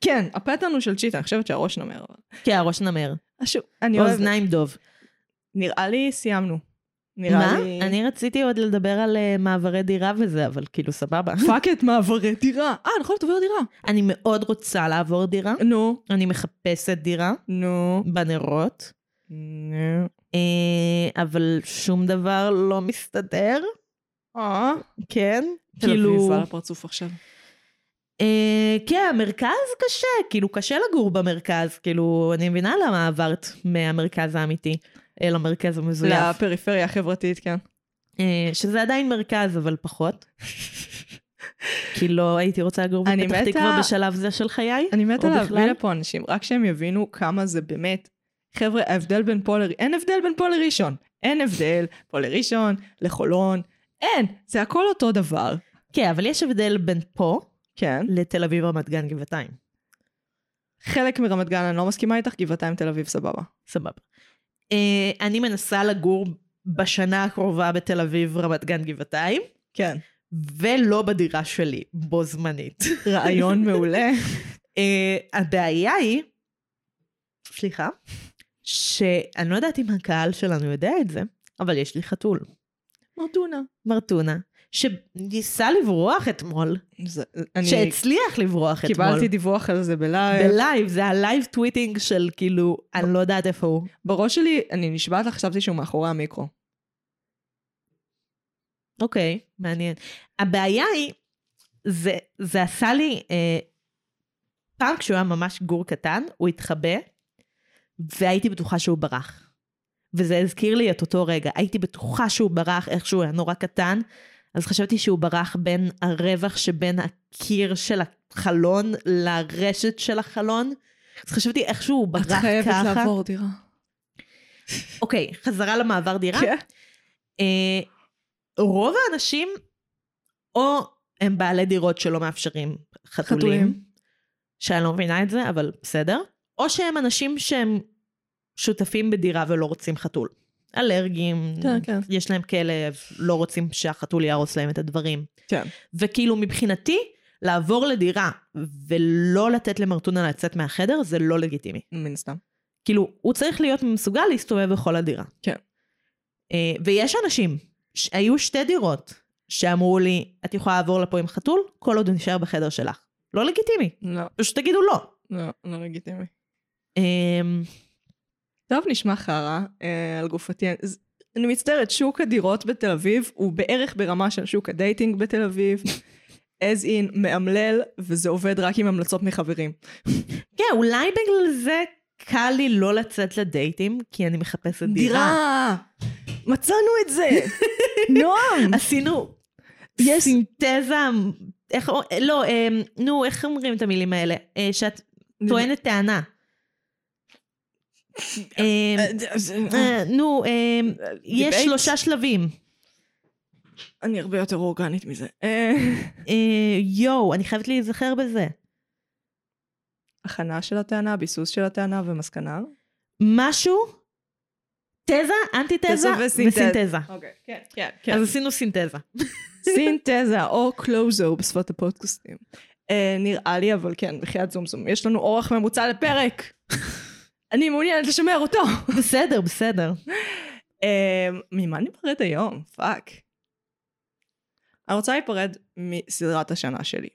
כן, הפטרן הוא של צ'יטה, אני חושבת שהראש נמר. אבל-
כן, הראש נמר.
משהו, אני אוהבת.
אוזניים דוב.
נראה לי סיימנו. נראה
מה?
לי...
אני רציתי עוד לדבר על אה, מעברי דירה וזה, אבל כאילו סבבה.
פאק את מעברי דירה. אה, נכון, את עוברת דירה.
אני מאוד רוצה לעבור דירה.
נו.
אני מחפשת דירה
נו.
בנרות,
נו.
אה, אבל שום דבר לא מסתדר,
אה.
כן?
כאילו...
כאילו...
לפרצוף עכשיו.
אה, כן, המרכז קשה, כאילו קשה לגור במרכז, כאילו אני מבינה למה עברת מהמרכז האמיתי אל המרכז המזויף,
לפריפריה החברתית, כן.
אה, שזה עדיין מרכז, אבל פחות. כי לא הייתי רוצה לגור
אני
בפתח
מתה-
תקווה בשלב זה של חיי.
אני מתה
או
להביא
בכלל?
לפה אנשים, רק שהם יבינו כמה זה באמת. חבר'ה, ההבדל בין פה לראשון, אין הבדל בין פה לראשון. אין הבדל פה לראשון, לחולון. אין, זה הכל אותו דבר.
כן, אבל יש הבדל בין פה
כן.
לתל אביב, רמת גן, גבעתיים.
חלק מרמת גן, אני לא מסכימה איתך, גבעתיים תל אביב, סבבה.
סבבה. Uh, אני מנסה לגור בשנה הקרובה בתל אביב, רמת גן, גבעתיים,
כן.
ולא בדירה שלי, בו זמנית.
רעיון מעולה.
uh, הבעיה היא, סליחה, שאני לא יודעת אם הקהל שלנו יודע את זה, אבל יש לי חתול,
מרדונה.
מרטונה, שניסה לברוח אתמול,
זה- אני
שהצליח לברוח אתמול.
קיבלתי דיווח על זה בלייב.
בלייב, זה הלייב טוויטינג של כאילו, אני לא יודעת איפה הוא.
בראש שלי, אני נשבעת לך, חשבתי שהוא מאחורי המיקרו.
אוקיי, מעניין. הבעיה היא, זה, זה עשה לי, אה, פעם כשהוא היה ממש גור קטן, הוא התחבא, והייתי בטוחה שהוא ברח. וזה הזכיר לי את אותו רגע, הייתי בטוחה שהוא ברח, איך שהוא היה נורא קטן, אז חשבתי שהוא ברח בין הרווח שבין הקיר של החלון לרשת של החלון, אז חשבתי איכשהו הוא ברח ככה.
דירה.
אוקיי, חזרה למעבר דירה.
כן.
אה, רוב האנשים, או הם בעלי דירות שלא מאפשרים חתולים,
חתולים.
שאני לא מבינה את זה, אבל בסדר, או שהם אנשים שהם שותפים בדירה ולא רוצים חתול. אלרגיים,
כן, כן.
יש להם כלב, לא רוצים שהחתול יהרוס להם את הדברים.
כן.
וכאילו מבחינתי, לעבור לדירה ולא לתת למרטונה לצאת מהחדר זה לא לגיטימי.
מן הסתם.
כאילו, הוא צריך להיות מסוגל להסתובב בכל הדירה.
כן.
אה, ויש אנשים, ש- היו שתי דירות, שאמרו לי, את יכולה לעבור לפה עם חתול, כל עוד הוא נשאר בחדר שלך. לא לגיטימי,
לא,
פשוט תגידו לא.
לא, לא לגיטימי.
אמ,
טוב, נשמע חרא אה, על גופתי. אז אני מצטערת, שוק הדירות בתל אביב הוא בערך ברמה של שוק הדייטינג בתל אביב. as in מאמלל, וזה עובד רק עם המלצות מחברים.
כן, אולי בגלל זה קל לי לא לצאת לדייטים, כי אני מחפשת דירה.
מצאנו את זה! נועם!
עשינו
יש-
סינתזה, איך, לא, אמ, נו, איך אומרים את המילים האלה? אה, שאת טוענת טענה. אמ, אה, נו, אה, יש
דיבייט?
שלושה שלבים.
אני הרבה יותר אורגנית מזה. אה,
אה, יואו, אני חייבת להיזכר בזה.
הכנה של הטענה, ביסוס של הטענה ומסקנה.
משהו, תזה, אנטיתזה
תזה וסינתזה.
וסינתזה.
אוקיי, כן, כן,
אז עשינו סינתזה.
סינתזה או קלוזו בשפת הפודקאסטים. אה, נראה לי, אבל כן, בחייאת זומזום. יש לנו אורך ממוצע לפרק. אני מעוניינת לשמר אותו.
בסדר, בסדר.
אה, ממה ניפרד היום? פאק. אני רוצה להיפרד מסדרת השנה שלי.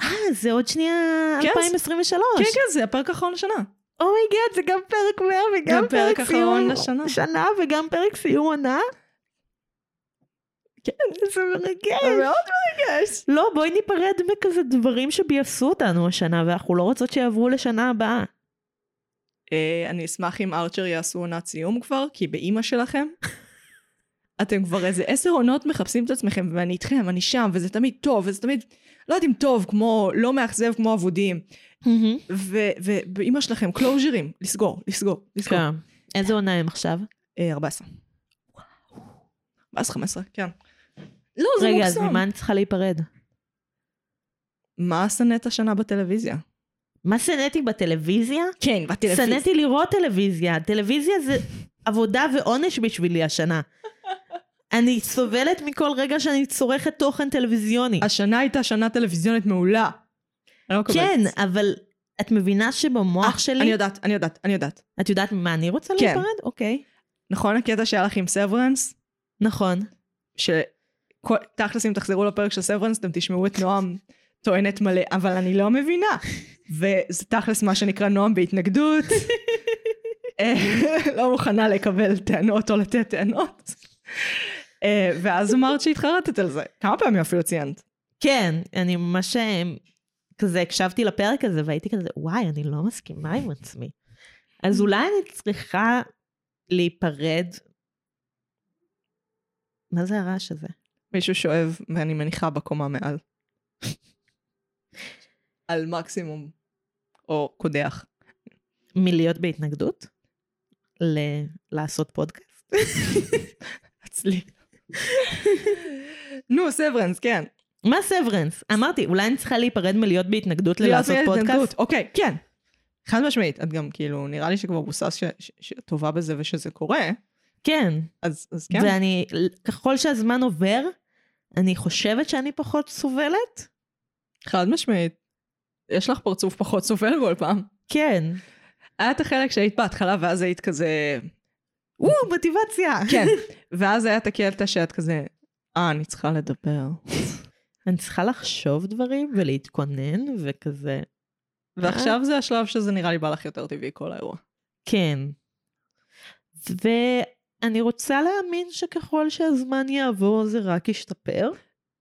אה, זה עוד שנייה
כן,
2023.
כן, כן, זה הפרק האחרון לשנה.
אומייגאד, זה גם פרק 100 וגם
גם פרק
פרק
אחרון
סיום
לשנה.
שנה וגם פרק סיום עונה. כן, זה מרגש.
אה, מאוד מרגש.
לא, בואי ניפרד מכזה דברים שביאסו אותנו השנה, ואנחנו לא רוצות שיעברו לשנה הבאה.
אה, אני אשמח אם ארצ'ר יעשו עונת סיום כבר, כי באימא שלכם, אתם כבר איזה עשר עונות מחפשים את עצמכם, ואני איתכם, אני שם, וזה תמיד טוב, וזה תמיד, לא יודעת אם טוב, כמו, לא מאכזב כמו אבודים. ו- ובאימא שלכם, קלוז'רים, לסגור, לסגור, לסגור.
כן. איזה עונה הם עכשיו?
אה, 14. 14, 15, כן. לא, זה
רגע, אז
מוקסם.
ממה אני צריכה להיפרד?
מה שנאת השנה בטלוויזיה?
מה שנאתי בטלוויזיה?
כן, בטלוויזיה.
שנאתי לראות טלוויזיה. טלוויזיה זה עבודה ועונש בשבילי השנה. אני סובלת מכל רגע שאני צורכת תוכן טלוויזיוני.
השנה הייתה שנה טלוויזיונית מעולה. אני לא מקבלת.
כן, אבל את מבינה שבמוח
אה, אני
שלי...
יודעת, אני יודעת, אני יודעת.
את יודעת ממה אני רוצה
כן.
להיפרד? אוקיי.
נכון הקטע שהיה לך עם סברנס?
נכון.
שתכלס אם תחזרו לפרק של סברנס אתם תשמעו את נועם טוענת מלא, אבל אני לא מבינה. וזה תכלס מה שנקרא נועם בהתנגדות. אה, לא מוכנה לקבל טענות או לתת טענות. אה, ואז אמרת שהתחרטת על זה. כמה פעמים אפילו ציינת?
כן, אני ממש אה, כזה הקשבתי לפרק הזה והייתי כזה, וואי, אני לא מסכימה עם עצמי.
Mm.
אז אולי אני צריכה להיפרד. מה זה הרעש הזה?
מישהו שואב, ואני מניחה בקומה מעל. על מקסימום. או קודח.
מלהיות בהתנגדות? ל- לעשות פודקאסט?
אצלי. נו, סברנס, כן.
מה סברנס? אמרתי, אולי אני צריכה להיפרד מלהיות בהתנגדות
להיות
ללעשות
מילד
כאילו, פודקאסט?
התנגדות, אוקיי, כן. חד משמעית, את גם כאילו, נראה לי שכבר בוסס ש- ש- שאת טובה בזה ושזה קורה,
כן.
אז, אז כן.
כן. ואני, ככל שהזמן עובר, אני חושבת שאני פחות סובלת?
חד משמעית. יש לך פרצוף פחות סובל כל פעם.
כן.
Mm. היה את החלק שהיית בהתחלה ואז היית כזה...
וואו, מוטיבציה.
כן. ואז היה את הקטע שאת כזה, אה, אני צריכה לדבר.
אני צריכה לחשוב דברים ולהתכונן וכזה.
ועכשיו זה השלב שזה נראה לי בא לך יותר טבעי כל האירוע.
כן. ואני רוצה להאמין שככל שהזמן יעבור זה רק ישתפר.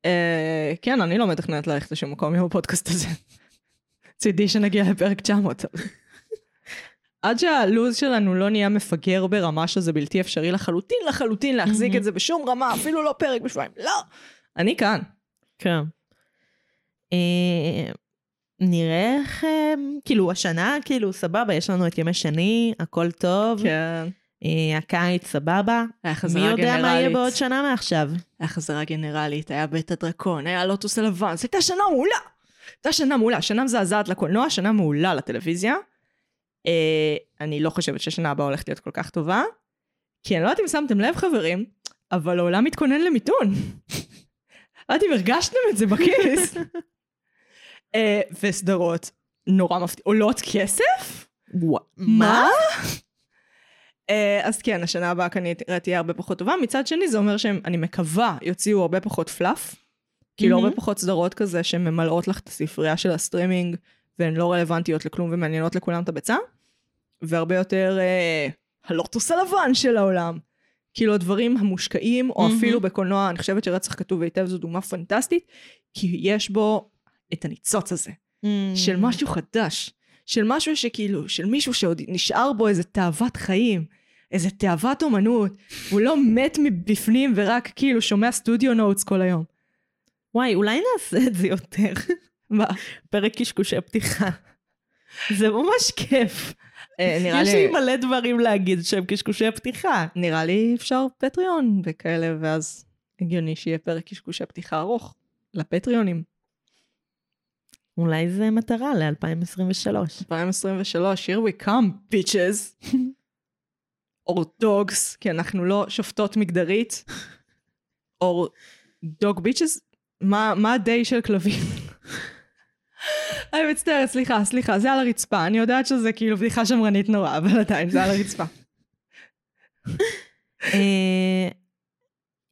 אה, כן, אני לא מתכננת ללכת לשום מקום עם הפודקאסט הזה. צידי שנגיע לפרק 900. עד שהלו"ז שלנו לא נהיה מפגר ברמה שזה בלתי אפשרי לחלוטין לחלוטין להחזיק
מהמם.
את זה בשום רמה, אפילו לא פרק בשבועיים, לא. אני כאן.
כן. אה, נראה איך, אה, כאילו השנה, כאילו סבבה, יש לנו את ימי שני, הכל טוב.
כן.
אה, הקיץ סבבה.
היה
מי
חזרה
יודע מה יהיה בעוד
גנרלית.
שנה מעכשיו?
היה חזרה גנרלית, היה בית הדרקון, היה לוטוס הלבן, זו הייתה שנה מעולה! הייתה שנה מעולה, שנה מזעזעת לקולנוע, שנה מעולה לטלוויזיה. אה, אני לא חושבת שהשנה הבאה הולכת להיות כל כך טובה, כי אני לא יודעת אם שמתם לב חברים, אבל העולם מתכונן למיתון. לא יודעת אם הרגשתם את זה בכיס. אה, וסדרות נורא מפתיע, עולות כסף? מה? אה, אז כן, השנה הבאה כנראה תהיה הרבה פחות טובה. מצד שני, זה אומר שהם, אני מקווה, יוציאו הרבה פחות פלאף. כאילו
מהמם.
הרבה פחות סדרות כזה שממלאות לך את הספרייה של הסטרימינג, והן לא רלוונטיות לכלום ומעניינות לכולם את הביצה. והרבה יותר אה, הלוטוס הלבן של העולם. כאילו הדברים המושקעים, או
מהמם.
אפילו בקולנוע, אני חושבת שרצח כתוב היטב זו דוגמה פנטסטית, כי יש בו את הניצוץ הזה.
Mm.
של משהו חדש, של משהו שכאילו, של מישהו שעוד נשאר בו איזה תאוות חיים, איזה תאוות אומנות, הוא לא מת מבפנים ורק כאילו שומע סטודיו נוטס כל היום.
וואי, אולי נעשה את זה יותר.
מה?
פרק קשקושי פתיחה. זה ממש כיף.
אה, נראה
יש לי
לי...
מלא דברים להגיד שהם קשקושי פתיחה.
נראה לי אפשר פטריון וכאלה, ואז הגיוני שיהיה פרק קשקושי פתיחה ארוך לפטריונים.
אולי זה מטרה ל-2023.
2023, here we come, bitches. or dogs, כי אנחנו לא שופטות מגדרית. or dog bitches, מה מה ה-day של כלבים? אני מצטערת, סליחה, סליחה, זה על הרצפה. אני יודעת שזה כאילו בדיחה שמרנית נורא, אה. אבל עדיין, זה על הרצפה.
אה,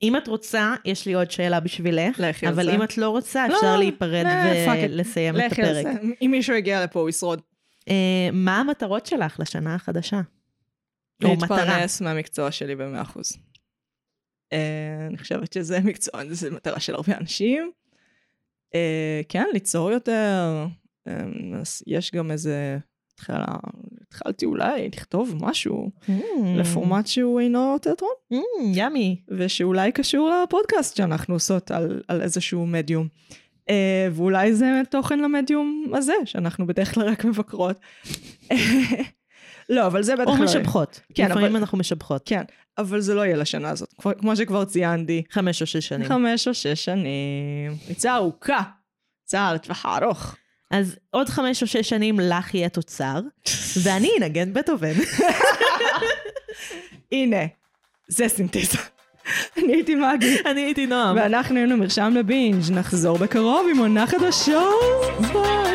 אם את רוצה, יש לי עוד שאלה בשבילך,
לכי על
אבל
זה.
אם את לא רוצה,
לא,
אפשר להיפרד
לא, fuck it.
ולסיים את
לכי על
הפרק.
זה. אם מישהו יגיע לפה, הוא ישרוד.
אה, מה המטרות שלך לשנה החדשה? או מטרה.
להתפרנס מהמקצוע שלי במאה אחוז. אה, אני חושבת שזה מקצוע, זו מטרה של הרבה אנשים. אה, כן, ליצור יותר. אה, אז יש גם איזה... התחלה, התחלתי אולי לכתוב משהו
Mm,
לפורמט שהוא אינו תיאטרון.
mm, ימי.
ושאולי קשור לפודקאסט שאנחנו עושות על, על איזשהו מדיום. Uh, ואולי זה תוכן למדיום הזה, שאנחנו בדרך כלל רק מבקרות. לא, אבל זה בטח
או
לא... יהיה.
משבחות.
כן,
לפעמים
אבל-
אנחנו משבחות.
כן, אבל זה לא יהיה לשנה הזאת. כמו, כמו שכבר ציינתי,
חמש או שש שנים.
חמש או שש שנים. ריצה ארוכה. ריצה לטווח הארוך.
אז עוד חמש או שש שנים לך יהיה תוצר, ואני אנגן בטהובן.
הנה, זה סינתזה. אני הייתי מגי.
אני הייתי נועם.
ואנחנו היינו מרשם לבינג', נחזור בקרוב עם עונה חדשה. ביי.